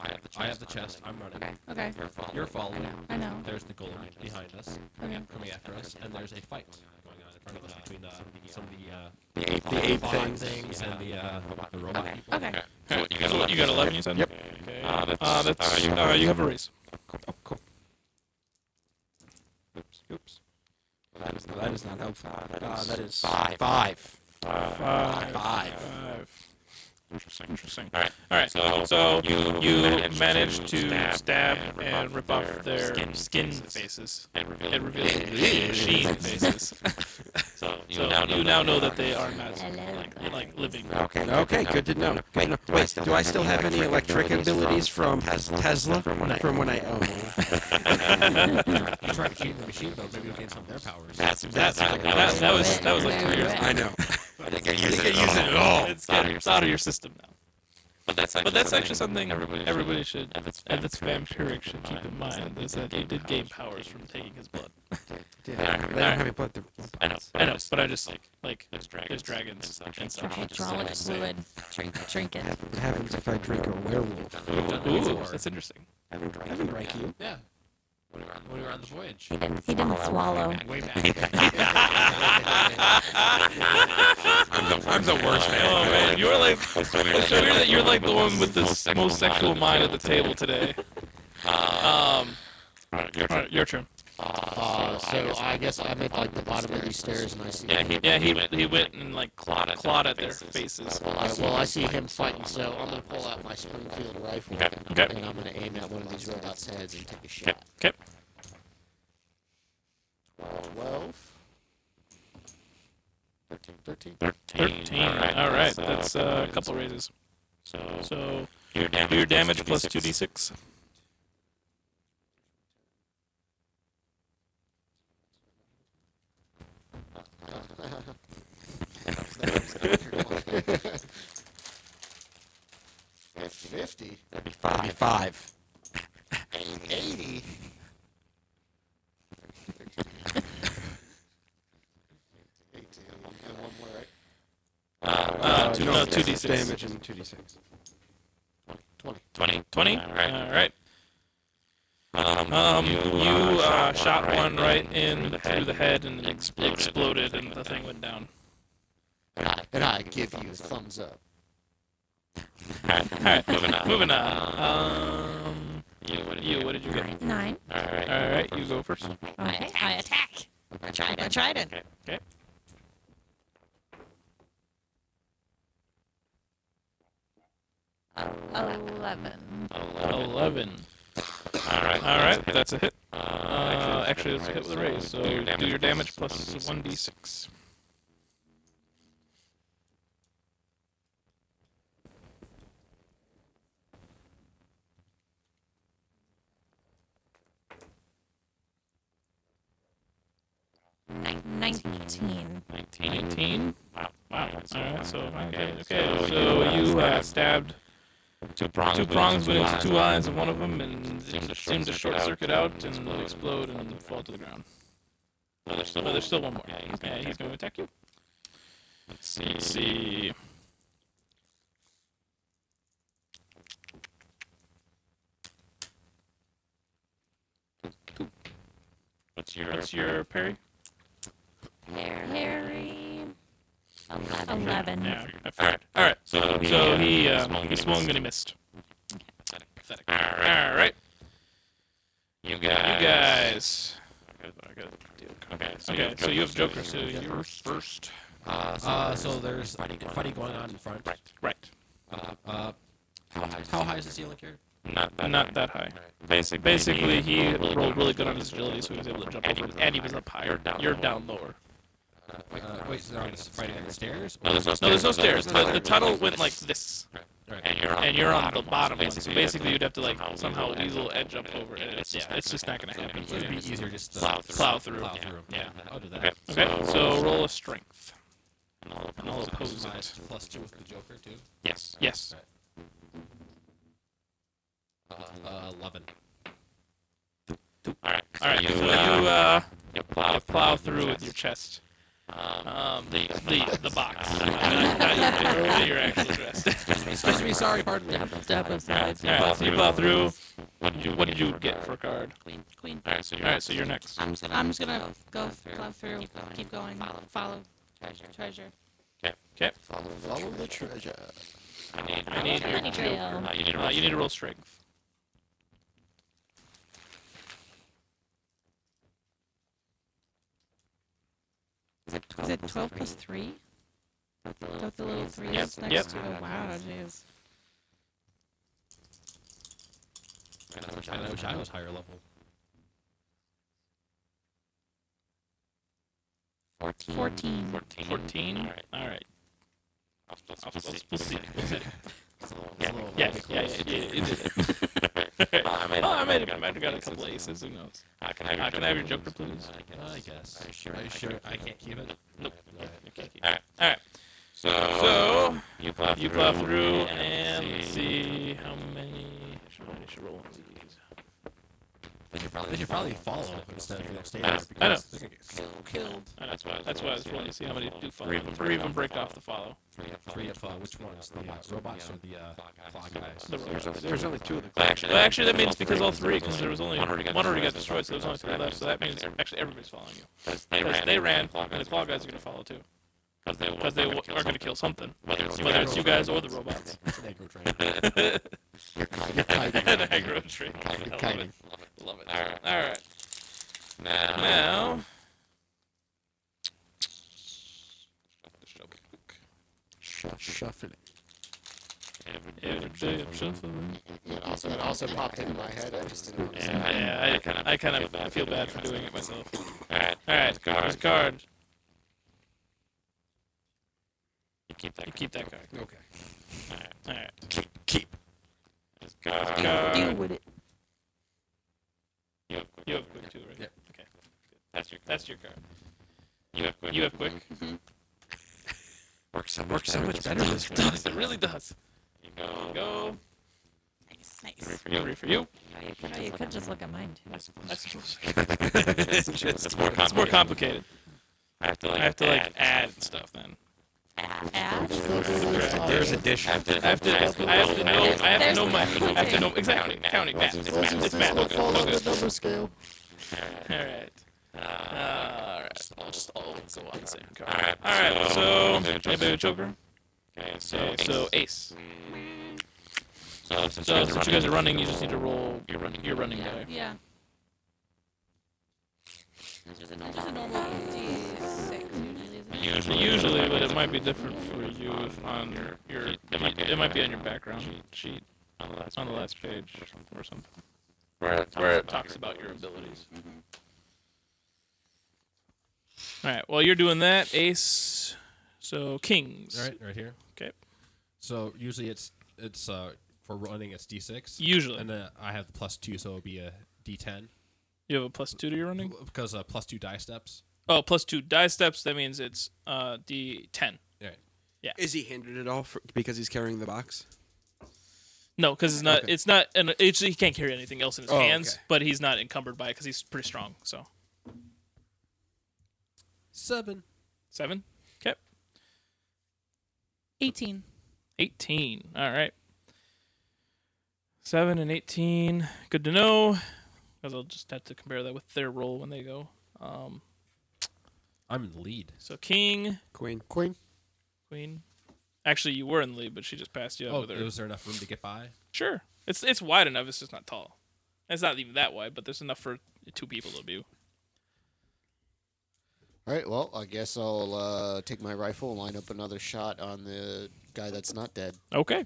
Speaker 7: I have the
Speaker 4: I have the chest. I'm running.
Speaker 3: Okay.
Speaker 4: You're following.
Speaker 3: I know.
Speaker 4: There's the golem behind us,
Speaker 3: Okay.
Speaker 4: coming after us, and there's a fight going on in front of us between uh, some of the uh,
Speaker 7: The ape.
Speaker 1: The ape
Speaker 4: bot
Speaker 1: things.
Speaker 4: things and the, uh, the robot people.
Speaker 3: Okay.
Speaker 7: So what, you got
Speaker 2: So what, you got eleven. You said.
Speaker 7: Yep.
Speaker 2: Okay.
Speaker 7: Uh, that's-
Speaker 2: Uh, that's.
Speaker 7: uh, you have
Speaker 2: Uh,
Speaker 7: a
Speaker 2: you
Speaker 7: raise.
Speaker 2: have a raise.
Speaker 1: Oh, cool. Oops. Oops. That is, that is not helpful. Uh, that is
Speaker 7: Five.
Speaker 1: Five.
Speaker 2: Five.
Speaker 1: Five.
Speaker 2: Uh, Five.
Speaker 7: Interesting.
Speaker 2: Interesting. All right. All right. So, so you, managed to stab, and rip off their skin, faces.
Speaker 7: And reveal.
Speaker 2: It reveals the machine faces.
Speaker 7: So you
Speaker 2: So
Speaker 7: now know.
Speaker 2: you now know that
Speaker 7: they.
Speaker 2: they are not like, like living.
Speaker 7: Okay.
Speaker 1: Okay, good to know. Good to know. Wait, do I still have any electric abilities from Tesla from when I own?
Speaker 4: You try to cheat the machine, though. Maybe you gain some of their powers.
Speaker 7: That's
Speaker 2: That's that, that was that was like two years.
Speaker 1: I know.
Speaker 7: I think I use
Speaker 1: I
Speaker 7: it
Speaker 1: use
Speaker 7: at all.
Speaker 2: It's, out of your, it's out of your system now.
Speaker 7: But that's actually,
Speaker 2: But that's
Speaker 7: something
Speaker 2: actually something
Speaker 7: everybody
Speaker 2: everybody,
Speaker 7: should-
Speaker 2: should,
Speaker 7: and that's
Speaker 2: and that's
Speaker 7: vampiric
Speaker 2: vampiric should keep in mind is that he did gain powers from taking his blood.
Speaker 1: Yeah, they don't have any blood. They're-
Speaker 7: I know.
Speaker 2: I know, but I just like like
Speaker 7: There's dragons.
Speaker 2: there's dragons and such.
Speaker 6: Hydraulic fluid. Drink, drink it.
Speaker 1: What happens if I drink a werewolf?
Speaker 2: Ooh, that's interesting.
Speaker 1: I haven't drank you.
Speaker 4: Yeah. When we were on the voyage.
Speaker 6: He didn't swallow.
Speaker 4: Way back.
Speaker 2: I'm the worst man. Oh man, you're like it's so weird that you're like the one with the s- most sexual mind at the table today. Um,
Speaker 7: Alright, your
Speaker 2: all
Speaker 7: turn.
Speaker 2: right, your turn.
Speaker 5: Uh, so I guess I'm at like the bottom of these stairs, and I see.
Speaker 7: Yeah, he,
Speaker 2: Yeah, he he went and like
Speaker 7: clawed at
Speaker 2: clawed
Speaker 7: their
Speaker 2: at their
Speaker 7: faces.
Speaker 2: faces.
Speaker 5: Uh, well, I see him fighting, so I'm gonna pull out my Springfield rifle,
Speaker 7: Okay, okay.
Speaker 5: and I'm gonna aim at one of these robots' heads and take a
Speaker 7: Okay.
Speaker 5: shot.
Speaker 2: Okay.
Speaker 5: Twelve. 13, 13.
Speaker 7: 13.
Speaker 2: Thirteen. All right, that's uh, a couple raises.
Speaker 7: So, so
Speaker 2: So
Speaker 7: your damage,
Speaker 2: your damage plus two d six.
Speaker 5: Fifty.
Speaker 2: Uh,
Speaker 1: Five. Five.
Speaker 5: Eighty. Eighteen. And one more, right?
Speaker 2: Uh, two, no,
Speaker 1: it's
Speaker 2: two d six.
Speaker 1: Damage and two d six.
Speaker 5: Twenty.
Speaker 7: 20.
Speaker 2: 20?
Speaker 7: All right.
Speaker 2: All right.
Speaker 7: Um,
Speaker 2: Um, you
Speaker 7: you,
Speaker 2: uh, shot one right
Speaker 7: in
Speaker 2: in through the head and it ex- exploded and the thing went down.
Speaker 5: And I, and I give you a thumbs up.
Speaker 2: All right, moving on. Moving on. Um,
Speaker 7: You, what did
Speaker 2: you, what did you get?
Speaker 6: Nine.
Speaker 7: All right.
Speaker 2: All right, you go first.
Speaker 6: Okay. I attack. I tried. I tried it.
Speaker 2: Okay.
Speaker 6: Eleven.
Speaker 2: 11.
Speaker 7: All right.
Speaker 2: All right, that's a hit. Uh, actually, it's a hit with a raise, so do your damage plus 1d6.
Speaker 6: 19.
Speaker 7: 19.
Speaker 2: 19.
Speaker 7: Wow. Wow.
Speaker 2: All right, so okay,
Speaker 7: Okay,
Speaker 2: okay.
Speaker 7: so
Speaker 2: So
Speaker 7: you, uh,
Speaker 2: you uh,
Speaker 7: stabbed
Speaker 2: stabbed
Speaker 7: Two prongs,
Speaker 2: two prongs went into two lines
Speaker 7: lines.
Speaker 2: of one of them, and it seemed to short circuit out and explode and fall to the ground.
Speaker 7: No, there's still,
Speaker 2: Oh, there's still one more.
Speaker 7: Yeah, he's gonna
Speaker 2: Okay, he's
Speaker 7: attack.
Speaker 2: going to attack you.
Speaker 7: Let's see.
Speaker 2: Let's see.
Speaker 7: What's your
Speaker 2: What's your parry?
Speaker 6: Harry.
Speaker 7: 11.
Speaker 6: 11.
Speaker 2: Yeah, I
Speaker 7: All right.
Speaker 2: figured. All right.
Speaker 7: So he,
Speaker 2: So
Speaker 7: uh,
Speaker 2: he uh,
Speaker 7: swung and
Speaker 2: he
Speaker 7: he
Speaker 2: swung
Speaker 7: missed.
Speaker 2: and he missed. Pathetic.
Speaker 7: All right.
Speaker 2: All right,
Speaker 7: You
Speaker 2: you
Speaker 7: guys.
Speaker 2: guys.
Speaker 7: Okay. So
Speaker 2: Okay, so you have Joker, so
Speaker 7: you-
Speaker 2: you're first.
Speaker 7: Uh, so,
Speaker 4: Uh, so there's fighting going on in front.
Speaker 2: Right.
Speaker 4: Uh,
Speaker 7: How high?
Speaker 4: how high is the ceiling here?
Speaker 7: Not that.
Speaker 2: Not that high.
Speaker 7: Basically,
Speaker 2: Basically, he rolled really good on his agility, so he was able to jump
Speaker 7: And he
Speaker 2: over.
Speaker 7: was
Speaker 2: And he
Speaker 7: up
Speaker 2: was
Speaker 7: higher.
Speaker 2: up higher.
Speaker 7: You're down
Speaker 2: You're
Speaker 7: lower.
Speaker 2: down lower.
Speaker 4: Uh, wait, so they're on fighting on the stairs?
Speaker 7: No, there's no stairs.
Speaker 2: No, there's no stairs.
Speaker 7: There's no
Speaker 2: The, the tunnel went like this,
Speaker 4: Right.
Speaker 7: And you're on,
Speaker 2: and
Speaker 7: the,
Speaker 2: you're on the
Speaker 7: bottom one, so
Speaker 2: bottom one. So basically, you'd have to like somehow weasel edge up over,
Speaker 7: it.
Speaker 2: and it's yeah, it's just not gonna happen.
Speaker 4: It would be easier just to
Speaker 7: Plow through.
Speaker 2: Plow through.
Speaker 4: Plow
Speaker 2: Yeah.
Speaker 4: through.
Speaker 2: Yeah.
Speaker 4: I'll do that.
Speaker 7: Okay.
Speaker 2: Okay. So roll a strength.
Speaker 7: And all
Speaker 2: And I'll
Speaker 7: opposed.
Speaker 2: oppose
Speaker 4: Minus
Speaker 2: it.
Speaker 4: plus two with the Joker, too.
Speaker 7: Yes.
Speaker 2: Yes.
Speaker 4: Uh, uh, 11.
Speaker 7: All right.
Speaker 2: All right.
Speaker 7: You,
Speaker 2: So you
Speaker 7: uh,
Speaker 2: uh,
Speaker 7: you plow,
Speaker 2: you plow through with your chest.
Speaker 7: Um,
Speaker 2: Um,
Speaker 7: the,
Speaker 2: the the box. Not- not- not your actual chest.
Speaker 4: Excuse me, sorry, pardon me.
Speaker 2: All right. So you plow through.
Speaker 7: What did you,
Speaker 2: What did you get for a card?
Speaker 3: Queen.
Speaker 7: All right. So
Speaker 2: All
Speaker 7: you're,
Speaker 2: right. So you're next.
Speaker 7: I'm just
Speaker 3: I'm just gonna go plow through, keep going, follow treasure.
Speaker 2: Okay.
Speaker 5: Follow, follow the treasure.
Speaker 7: I need.
Speaker 2: I need your
Speaker 6: Money trail.
Speaker 7: Uh, you need to
Speaker 2: Uh,
Speaker 7: roll
Speaker 2: you need to roll strength.
Speaker 6: Is it 12 plus 3? Got the little threes
Speaker 2: Yep,
Speaker 6: next
Speaker 2: yep.
Speaker 6: to it. oh, Wow, jeez.
Speaker 4: I wish I was higher level.
Speaker 7: 14.
Speaker 6: 14.
Speaker 7: 14. All
Speaker 2: Fourteen.
Speaker 7: right.
Speaker 2: All right.
Speaker 7: I'll still-
Speaker 2: I'll-
Speaker 7: we'll
Speaker 2: I'll-
Speaker 7: see.
Speaker 2: we'll see. We'll see.
Speaker 7: Yeah.
Speaker 2: Yeah, yeah, yeah, yeah, you did it.
Speaker 7: Oh, I might
Speaker 2: Oh, I might have,
Speaker 7: gotten
Speaker 2: might have got a couple
Speaker 7: aces.
Speaker 2: aces. Who knows?
Speaker 7: Uh, can I have
Speaker 2: Uh,
Speaker 7: your
Speaker 2: can I have your
Speaker 7: joker,
Speaker 2: joker, please?
Speaker 4: I guess.
Speaker 7: Are you sure
Speaker 4: Are
Speaker 7: I
Speaker 4: you
Speaker 7: can-
Speaker 4: sure I can't keep it?
Speaker 2: Nope.
Speaker 4: Alright.
Speaker 2: All right. All right.
Speaker 7: So,
Speaker 2: So
Speaker 7: you plow through.
Speaker 2: you plow through and
Speaker 7: let's
Speaker 2: let's see how many. Should I should roll one of these?
Speaker 7: They should
Speaker 4: They
Speaker 7: probably,
Speaker 4: should probably follow up instead of
Speaker 7: I
Speaker 4: upstairs
Speaker 7: know.
Speaker 4: because they're gonna get killed.
Speaker 2: I know, that's why. That's why I was rolling to see how many do follow.
Speaker 7: Three of them
Speaker 2: Three of
Speaker 7: break
Speaker 2: them
Speaker 7: off
Speaker 2: break
Speaker 7: the
Speaker 2: off the follow.
Speaker 4: Three of uh, which ones? The uh, robots or the uh, clock guys?
Speaker 2: The robots.
Speaker 8: There's only two of them.
Speaker 7: Well, actually,
Speaker 2: Well, actually, that means
Speaker 7: all
Speaker 2: because
Speaker 7: three,
Speaker 2: all three, because there was only
Speaker 7: one already got
Speaker 2: one already got
Speaker 7: destroyed,
Speaker 2: destroyed, so there's only three left. So that means actually everybody's following you.
Speaker 7: Because they
Speaker 2: Because
Speaker 7: ran.
Speaker 2: they ran,
Speaker 7: claw
Speaker 2: and the claw guys are gonna follow too.
Speaker 7: Because they,
Speaker 2: Because they w- are
Speaker 7: going
Speaker 2: gonna kill something,
Speaker 7: Whether it's you
Speaker 2: whether
Speaker 7: guys
Speaker 2: it's
Speaker 7: or
Speaker 2: you
Speaker 7: the
Speaker 2: guys or the robots.
Speaker 4: Aggro train.
Speaker 2: An aggro trick. I love it.
Speaker 5: kiting.
Speaker 2: Love it.
Speaker 7: All right.
Speaker 2: All right.
Speaker 7: Now,
Speaker 2: Now.
Speaker 5: Shuffle it. It also, it also popped into my head. I just didn't notice it.
Speaker 2: Yeah, I,
Speaker 7: kinda
Speaker 2: I kind of
Speaker 7: bad
Speaker 2: feel
Speaker 7: for
Speaker 2: bad for
Speaker 7: doing it
Speaker 2: doing it myself.
Speaker 7: all right,
Speaker 2: All right,
Speaker 7: guard.
Speaker 2: his guard.
Speaker 7: You keep that.
Speaker 2: You keep that guard.
Speaker 4: Okay.
Speaker 2: All right.
Speaker 7: Keep. keep. His guard.
Speaker 6: Deal
Speaker 2: Guard.
Speaker 6: with it.
Speaker 7: You have quick.
Speaker 2: You have quick too, right?
Speaker 4: Yep.
Speaker 2: Okay.
Speaker 7: That's your.
Speaker 2: That's your guard.
Speaker 7: You have quick.
Speaker 2: You have Mm-hmm. quick.
Speaker 7: Works so much
Speaker 8: Works so much better
Speaker 7: than
Speaker 8: this
Speaker 7: this.
Speaker 8: time.
Speaker 2: Yes, it really does.
Speaker 7: You go.
Speaker 2: Go.
Speaker 6: Nice,
Speaker 7: Three
Speaker 6: nice.
Speaker 7: for you.
Speaker 2: Three for you.
Speaker 6: Oh, you could just look at mine, too.
Speaker 2: I suppose. I suppose.
Speaker 7: It's more
Speaker 2: It's more
Speaker 7: complicated.
Speaker 2: complicated.
Speaker 7: I have to like.
Speaker 2: I have to like
Speaker 7: add.
Speaker 2: add stuff then.
Speaker 6: Ash?
Speaker 1: Oh,
Speaker 8: There's addition.
Speaker 7: I have to.
Speaker 2: I have to. I have to know. I have to know my. I have to know exactly. Counting math. It's math. It's math. Okay.
Speaker 5: Does that fall
Speaker 2: All
Speaker 5: on the number scale?
Speaker 2: right. All right. I'll just always go on the same card. All right.
Speaker 7: Alright,
Speaker 2: All right.
Speaker 7: so-
Speaker 2: So,
Speaker 7: Okay,
Speaker 2: anybody with Joker?
Speaker 7: Okay, so
Speaker 2: Okay, so ace.
Speaker 7: so since
Speaker 2: So since you guys are running, you just need to roll
Speaker 7: You're running.
Speaker 2: your running die.
Speaker 3: Yeah.
Speaker 7: Usually,
Speaker 2: Usually, but it might be different for you if on your your it might be, on your background sheet
Speaker 7: on the last.
Speaker 2: on the last page or something, or something
Speaker 7: Where it
Speaker 2: where it talks about your abilities. All right. While you're doing that, Ace. So kings.
Speaker 4: All right, right here.
Speaker 2: Okay.
Speaker 4: So usually it's it's uh for running it's d6.
Speaker 2: Usually,
Speaker 4: And then I have the plus two, so it'll be a d10
Speaker 2: you have a plus two to your running.
Speaker 4: because uh, plus two die steps.
Speaker 2: Oh, plus two die steps. That means it's uh D10.
Speaker 1: Is he hindered at all for, because he's carrying the box?
Speaker 2: No, because it's not.
Speaker 1: Okay.
Speaker 2: It's not. An, it's, he can't carry anything else in his
Speaker 1: Oh,
Speaker 2: hands,
Speaker 1: okay.
Speaker 2: but he's not encumbered by it because he's pretty strong. So
Speaker 4: Seven.
Speaker 2: seven. Okay.
Speaker 3: 18.
Speaker 2: 18. All right. 7 and 18. Good to know. Because I'll just have to compare that with their roll when they go. Um,
Speaker 4: I'm in the lead.
Speaker 2: so king,
Speaker 1: Queen.
Speaker 5: Queen.
Speaker 2: queen. Actually, you were in the lead, but she just passed you up
Speaker 4: oh,
Speaker 2: with her.
Speaker 4: was there enough room to get by?
Speaker 2: Sure. It's it's wide enough. It's just not tall. It's not even that wide, but there's enough for two people to be.
Speaker 5: All right. Well, I guess I'll uh, take my rifle and line up another shot on the guy that's not dead.
Speaker 2: Okay.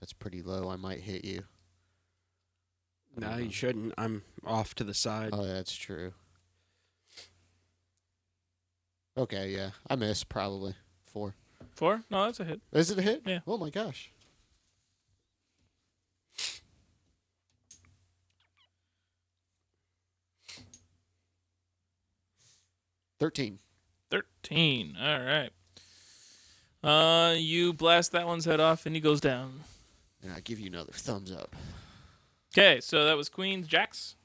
Speaker 5: That's pretty low. I might hit you.
Speaker 1: No, you shouldn't. I'm off to the side.
Speaker 5: Oh, that's true. Okay. Yeah, I missed probably four.
Speaker 2: Four? No, that's a hit.
Speaker 5: Is it a hit?
Speaker 2: Yeah.
Speaker 5: Oh my gosh. Thirteen.
Speaker 2: 13. All right. Uh, you blast that one's head off, and he goes down.
Speaker 5: And I give you another thumbs up.
Speaker 2: Okay, so that was Queen's Jax.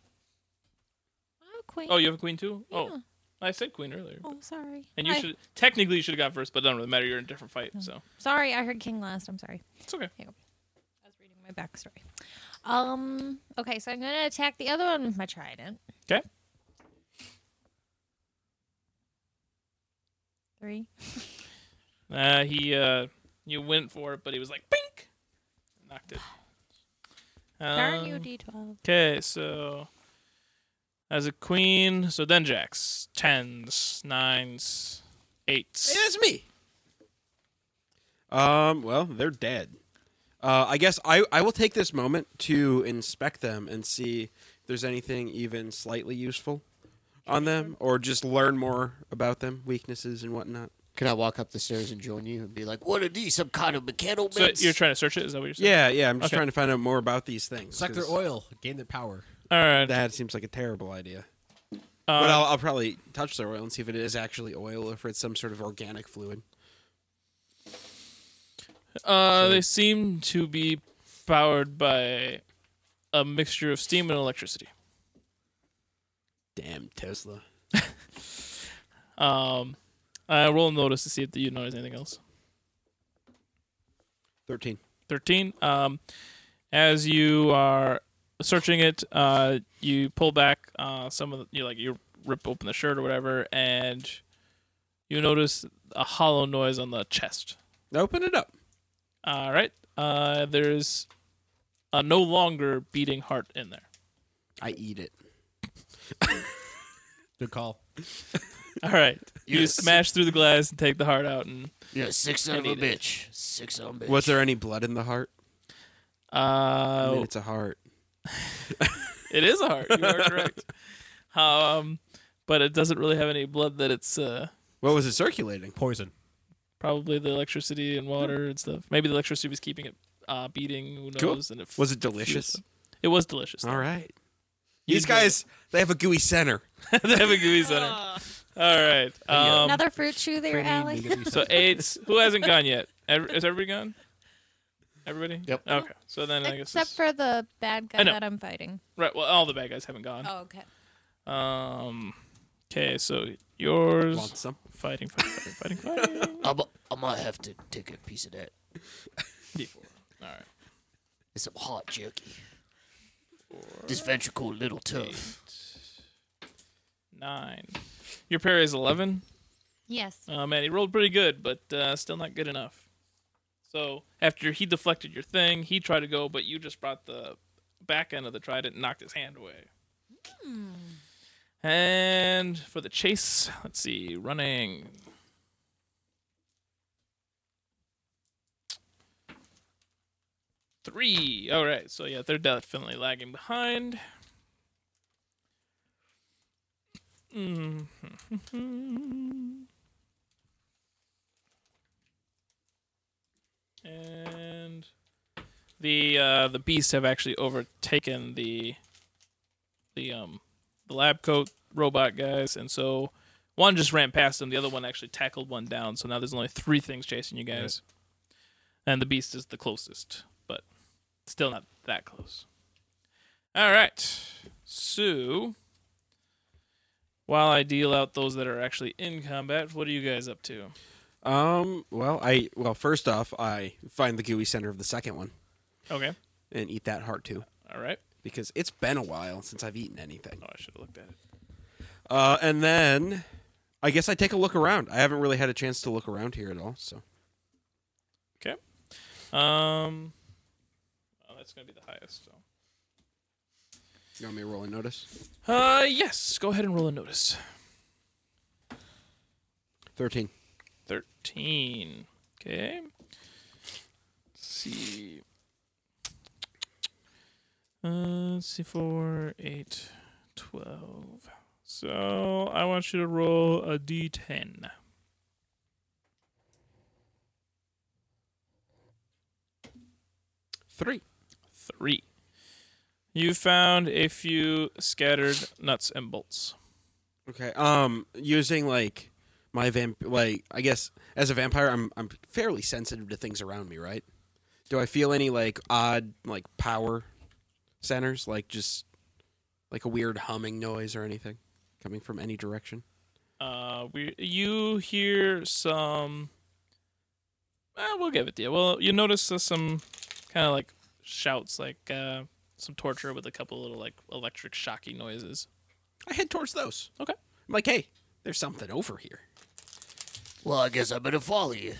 Speaker 6: Oh, queen.
Speaker 2: Oh, you have a queen too?
Speaker 6: Yeah.
Speaker 2: Oh, I said queen earlier.
Speaker 6: Oh, sorry.
Speaker 2: And you
Speaker 6: I-
Speaker 2: should technically you should have gone first, but it doesn't really matter. You're in a different fight,
Speaker 6: Mm.
Speaker 2: so
Speaker 6: Sorry, I heard king last. I'm sorry.
Speaker 2: it's okay.
Speaker 6: I was reading my backstory. Um. Okay, so I'm gonna attack the other one with my trident.
Speaker 2: 'Kay.
Speaker 6: Three.
Speaker 2: Uh, he uh, you went for it, but he was like bink, knocked it. Um,
Speaker 6: Darn you, D12.
Speaker 2: Okay, so as a queen, so then jacks, tens, nines, eights.
Speaker 1: Hey, that's me. Um. Well, they're dead. Uh, I guess I, I will take this moment to inspect them and see if there's anything even slightly useful on them, or just learn more about them, weaknesses and whatnot.
Speaker 5: Can I walk up the stairs and join you and be like, "What are these? Some kind of mechanical
Speaker 2: So
Speaker 5: bits?"
Speaker 2: you're trying to search it? Is that what you're saying?
Speaker 1: Yeah, yeah. I'm just
Speaker 2: Okay.
Speaker 1: trying to find out more about these things.
Speaker 4: Suck their
Speaker 1: 'cause
Speaker 4: oil, gain their power.
Speaker 2: All right.
Speaker 1: That seems like a terrible idea.
Speaker 2: uh,
Speaker 1: but I'll, I'll probably touch their oil and see if it is actually oil or if it's some sort of organic fluid.
Speaker 2: Uh, they seem to be powered by a mixture of steam and electricity.
Speaker 1: Damn Tesla.
Speaker 2: Um, I roll a notice to see if you notice anything else.
Speaker 1: Thirteen.
Speaker 2: Thirteen. Um, as you are searching it, uh, you pull back uh, some of the, you like you rip open the shirt or whatever, and you notice a hollow noise on the chest.
Speaker 1: Open it up.
Speaker 2: All right. Uh, there's a no longer beating heart in there.
Speaker 1: I eat it.
Speaker 4: Good call.
Speaker 2: All right. You
Speaker 5: Yes.
Speaker 2: smash through the glass and take the heart out, and
Speaker 5: Yeah, six son of a
Speaker 2: need it.
Speaker 5: bitch. Six son of a bitch.
Speaker 1: Was there any blood in the heart? I mean,
Speaker 2: uh,
Speaker 1: it's a heart.
Speaker 2: it is a heart. You are correct. Um, but it doesn't really have any blood. That it's uh,
Speaker 1: What was it circulating?
Speaker 4: Poison.
Speaker 2: probably the electricity and water and stuff. Maybe the electricity was keeping it uh, beating. Who
Speaker 1: Cool.
Speaker 2: knows? And it
Speaker 1: Was
Speaker 2: fused
Speaker 1: it delicious?
Speaker 2: them. It was delicious.
Speaker 1: All right.
Speaker 2: You
Speaker 1: These
Speaker 2: enjoy
Speaker 1: guys, they have a gooey center.
Speaker 2: they have a gooey center.
Speaker 3: Ugh.
Speaker 2: All right. Um,
Speaker 6: Ah. Another fruit shoe there, Allie.
Speaker 2: so eights. Who hasn't gone yet? Ev- Is everybody gone? Everybody.
Speaker 5: Yep.
Speaker 2: Okay. So then I guess.
Speaker 6: Except
Speaker 2: it's-
Speaker 6: for the bad
Speaker 2: I
Speaker 6: guy
Speaker 2: know.
Speaker 6: that I'm fighting.
Speaker 2: right. Well, all the bad guys haven't gone.
Speaker 6: Oh, okay.
Speaker 2: Um. Okay. So yours.
Speaker 1: Want some?
Speaker 2: Fighting, fighting, fighting, fighting, fighting.
Speaker 5: I'm, I might have to take a piece of that.
Speaker 2: All right.
Speaker 5: It's some hot jerky. This ventricle a little tough.
Speaker 2: Nine. Your parry is 11.
Speaker 6: Yes.
Speaker 2: Oh, man, he rolled pretty good, but uh, still not good enough. So after he deflected your thing, he tried to go, but you just brought the back end of the trident and knocked his hand away. And for the chase, let's see, running. Three. All right. So yeah, they're definitely lagging behind. Mm. And the uh, the beasts have actually overtaken the the um the lab coat robot guys, and so one just ran past them. The other one actually tackled one down. So now there's only three things chasing you guys, and the beast is the closest, but still not that close. All right, so while I deal out those that are actually in combat, what are you guys up to?
Speaker 1: Um. Well, I well first off, I find the gooey center of the second one
Speaker 2: Okay,
Speaker 1: and eat that heart too
Speaker 2: all right.
Speaker 1: because it's been a while since I've eaten anything.
Speaker 2: Oh, I should have looked at it.
Speaker 1: Uh, and then I guess I take a look around. I haven't really had a chance to look around here at all. So
Speaker 2: Um, oh, that's gonna be the highest. So.
Speaker 1: you want me to roll a notice?
Speaker 2: Uh, yes. Go ahead and roll a notice.
Speaker 1: Thirteen.
Speaker 2: 13. Okay. Let's see. Uh, let's see. 4, 8, 12. So I want you to roll a d10.
Speaker 1: Three.
Speaker 2: 3. You found a few scattered nuts and bolts.
Speaker 1: Okay. Um, using like my vamp, like I guess as a vampire, I'm I'm fairly sensitive to things around me, right? Do I feel any like odd like power centers, like just like a weird humming noise or anything coming from any direction?
Speaker 2: Uh, we you hear some. Uh, we'll give it to you. Well, you notice there's some kind of like shouts, like uh, some torture with a couple little like electric shocky noises.
Speaker 1: I head towards those.
Speaker 2: Okay.
Speaker 1: I'm like, hey, there's something over here.
Speaker 5: Well, I guess I better follow you.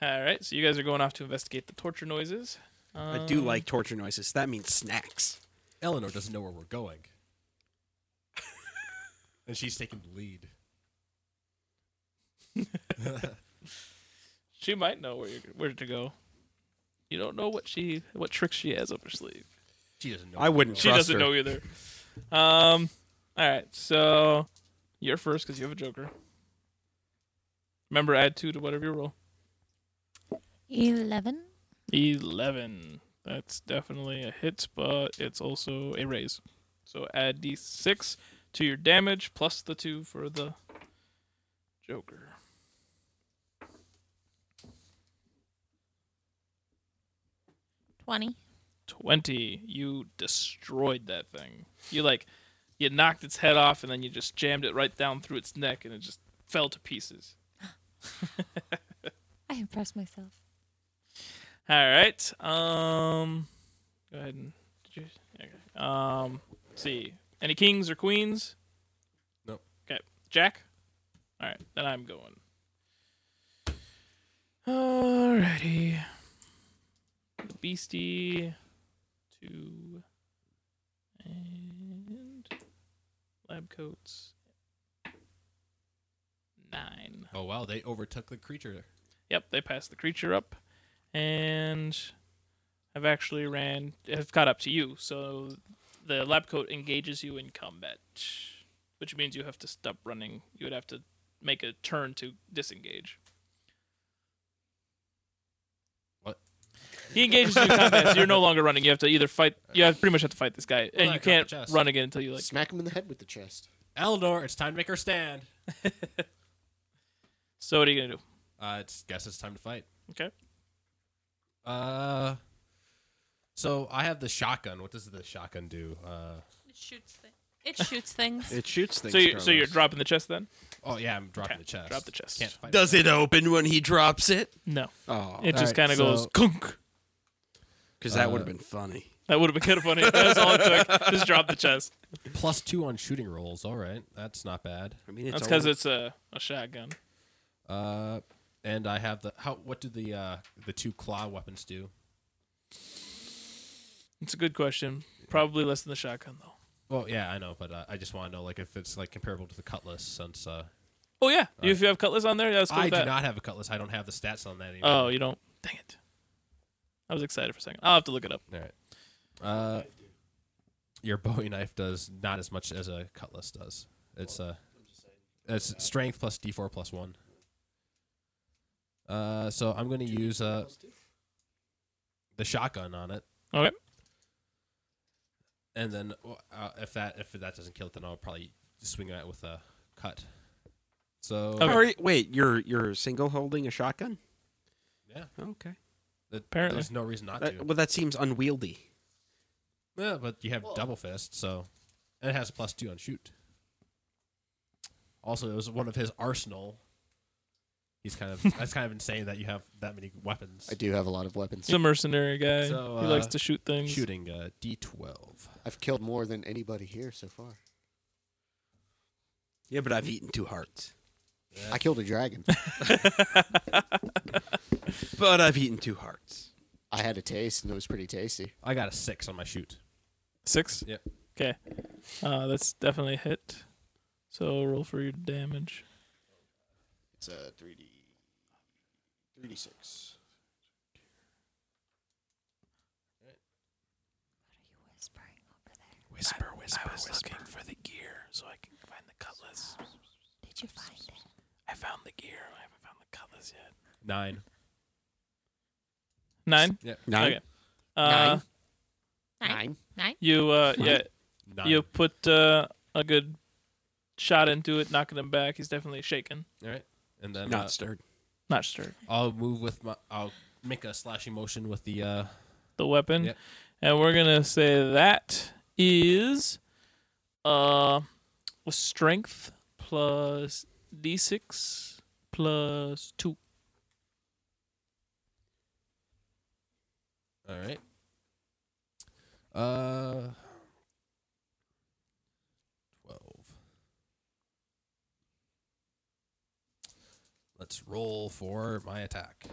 Speaker 2: All right, so you guys are going off to investigate the torture noises. Um,
Speaker 1: I do like torture noises. That means snacks.
Speaker 4: Eleanor doesn't know where we're going. and she's taking the lead.
Speaker 2: She might know where you're, where to go. You don't know what she what tricks she has up her sleeve.
Speaker 4: She doesn't know.
Speaker 1: I wouldn't
Speaker 2: She
Speaker 1: trust
Speaker 2: doesn't
Speaker 1: her.
Speaker 2: know either. Um. All right. So you're first because you have a joker. Remember, add two to whatever you roll.
Speaker 6: Eleven.
Speaker 2: Eleven. That's definitely a hit, but it's also a raise. So add d6 to your damage plus the two for the joker.
Speaker 6: Twenty.
Speaker 2: 20 you destroyed that thing you like you knocked its head off and then you just jammed it right down through its neck and it just fell to pieces
Speaker 6: I impressed myself.
Speaker 2: all right um go ahead and did you, okay. um let's see any kings or queens
Speaker 4: Nope.
Speaker 2: okay jack all right then i'm going alrighty beastie two and lab coats nine
Speaker 4: Oh wow, they overtook the creature.
Speaker 2: Yep, they passed the creature up, and I've actually ran. Have caught up to you, so the lab coat engages you in combat, which means you have to stop running. You would have to make a turn to disengage.
Speaker 4: What?
Speaker 2: He engages you in combat, so you're no longer running. You have to either fight. You have pretty much have to fight this guy,
Speaker 4: Well,
Speaker 2: and
Speaker 4: I
Speaker 2: you
Speaker 4: got the
Speaker 2: can't
Speaker 4: chest.
Speaker 2: run again until you like.
Speaker 5: Smack him in the head with the chest.
Speaker 4: Eleanor, it's time to make her stand.
Speaker 2: So what are you gonna do?
Speaker 4: I guess Uh, it's time to fight.
Speaker 2: Okay.
Speaker 4: Uh, so I have the shotgun. What does the shotgun do? Uh,
Speaker 3: It shoots things. It shoots things.
Speaker 1: It shoots things.
Speaker 2: So you so you're
Speaker 1: Carlos.
Speaker 2: dropping the chest then?
Speaker 4: oh yeah, I'm dropping
Speaker 2: Okay,
Speaker 4: the chest.
Speaker 2: drop the chest.
Speaker 4: Can't fight
Speaker 1: Does it open when he drops it?
Speaker 2: No,
Speaker 1: Oh,
Speaker 2: it just
Speaker 4: right,
Speaker 2: kind of
Speaker 4: so-
Speaker 2: goes kunk.
Speaker 1: because that
Speaker 4: Uh,
Speaker 1: would have been funny.
Speaker 2: That would have been kind of funny. That's all it took. Just drop the chest.
Speaker 4: Plus two on shooting rolls. All right, that's not bad.
Speaker 1: I mean, it's
Speaker 2: That's because
Speaker 1: only-
Speaker 2: it's a, a shotgun.
Speaker 4: Uh, and I have the how? What do the uh the two claw weapons do?
Speaker 2: It's a good question. Probably less than the shotgun though.
Speaker 4: Well, yeah, I know, but uh, I just want to know like if it's like comparable to the cutlass since uh
Speaker 2: Oh yeah, if you have cutlass on there, yeah, let's go
Speaker 4: I
Speaker 2: with
Speaker 4: do
Speaker 2: that.
Speaker 4: not have a cutlass. I don't have the stats on that anymore.
Speaker 2: Oh, you don't. Dang it. I was excited for a second. I'll have to look it up.
Speaker 4: All right. Uh, your Bowie knife does not as much as a cutlass does. It's uh, it's strength plus D4 plus one. Uh, so I'm gonna use uh, the shotgun on it.
Speaker 2: Okay.
Speaker 4: and then uh, if that if that doesn't kill it, then I'll probably swing at it with a cut. So
Speaker 2: Okay.
Speaker 1: All right, wait, you're you're single holding a shotgun?
Speaker 4: yeah,
Speaker 1: Okay.
Speaker 4: that-
Speaker 2: Apparently.
Speaker 4: there's no reason not
Speaker 1: That,
Speaker 4: to.
Speaker 1: well, that seems unwieldy.
Speaker 4: Yeah, but you have
Speaker 5: Well-
Speaker 4: double fist, so and it has a plus two on shoot. Also, it was one of his arsenal. He's kind of that's kind of insane that you have that many weapons.
Speaker 5: I do have a lot of weapons.
Speaker 2: He's a mercenary guy.
Speaker 4: So,
Speaker 2: he likes
Speaker 4: uh,
Speaker 2: to shoot things.
Speaker 4: Shooting uh, D twelve.
Speaker 5: I've killed more than anybody here so far.
Speaker 1: Yeah, but I've eaten two hearts.
Speaker 5: I killed a dragon.
Speaker 1: But I've eaten two hearts.
Speaker 5: I had a taste, and it was pretty tasty.
Speaker 4: I got a six on my shoot.
Speaker 2: Six.
Speaker 4: Yep.
Speaker 2: Okay. Uh, that's definitely a hit. So roll for your damage.
Speaker 5: It's a 3D. 3D6.
Speaker 2: Whisper, whisper. I was looking for the gear so I can find the cutlass.
Speaker 6: Did you find it?
Speaker 2: I found the gear. I haven't found the cutlass yet.
Speaker 4: Nine.
Speaker 2: Nine.
Speaker 4: Yeah.
Speaker 1: Nine.
Speaker 2: Okay. Uh,
Speaker 5: Nine.
Speaker 6: Nine.
Speaker 2: You uh,
Speaker 1: Nine.
Speaker 2: yeah.
Speaker 4: Nine.
Speaker 2: You put uh, a good shot into it, knocking him back. He's definitely shaken,
Speaker 4: All right. And then
Speaker 1: Not
Speaker 4: uh,
Speaker 1: stirred.
Speaker 2: not stirred.
Speaker 4: I'll move with my. I'll make a slashing motion with the. Uh,
Speaker 2: The weapon,
Speaker 4: Yep.
Speaker 2: and we're gonna say that is uh, with strength plus d6 plus two.
Speaker 4: all right. Uh. Twelve. Let's roll for my attack.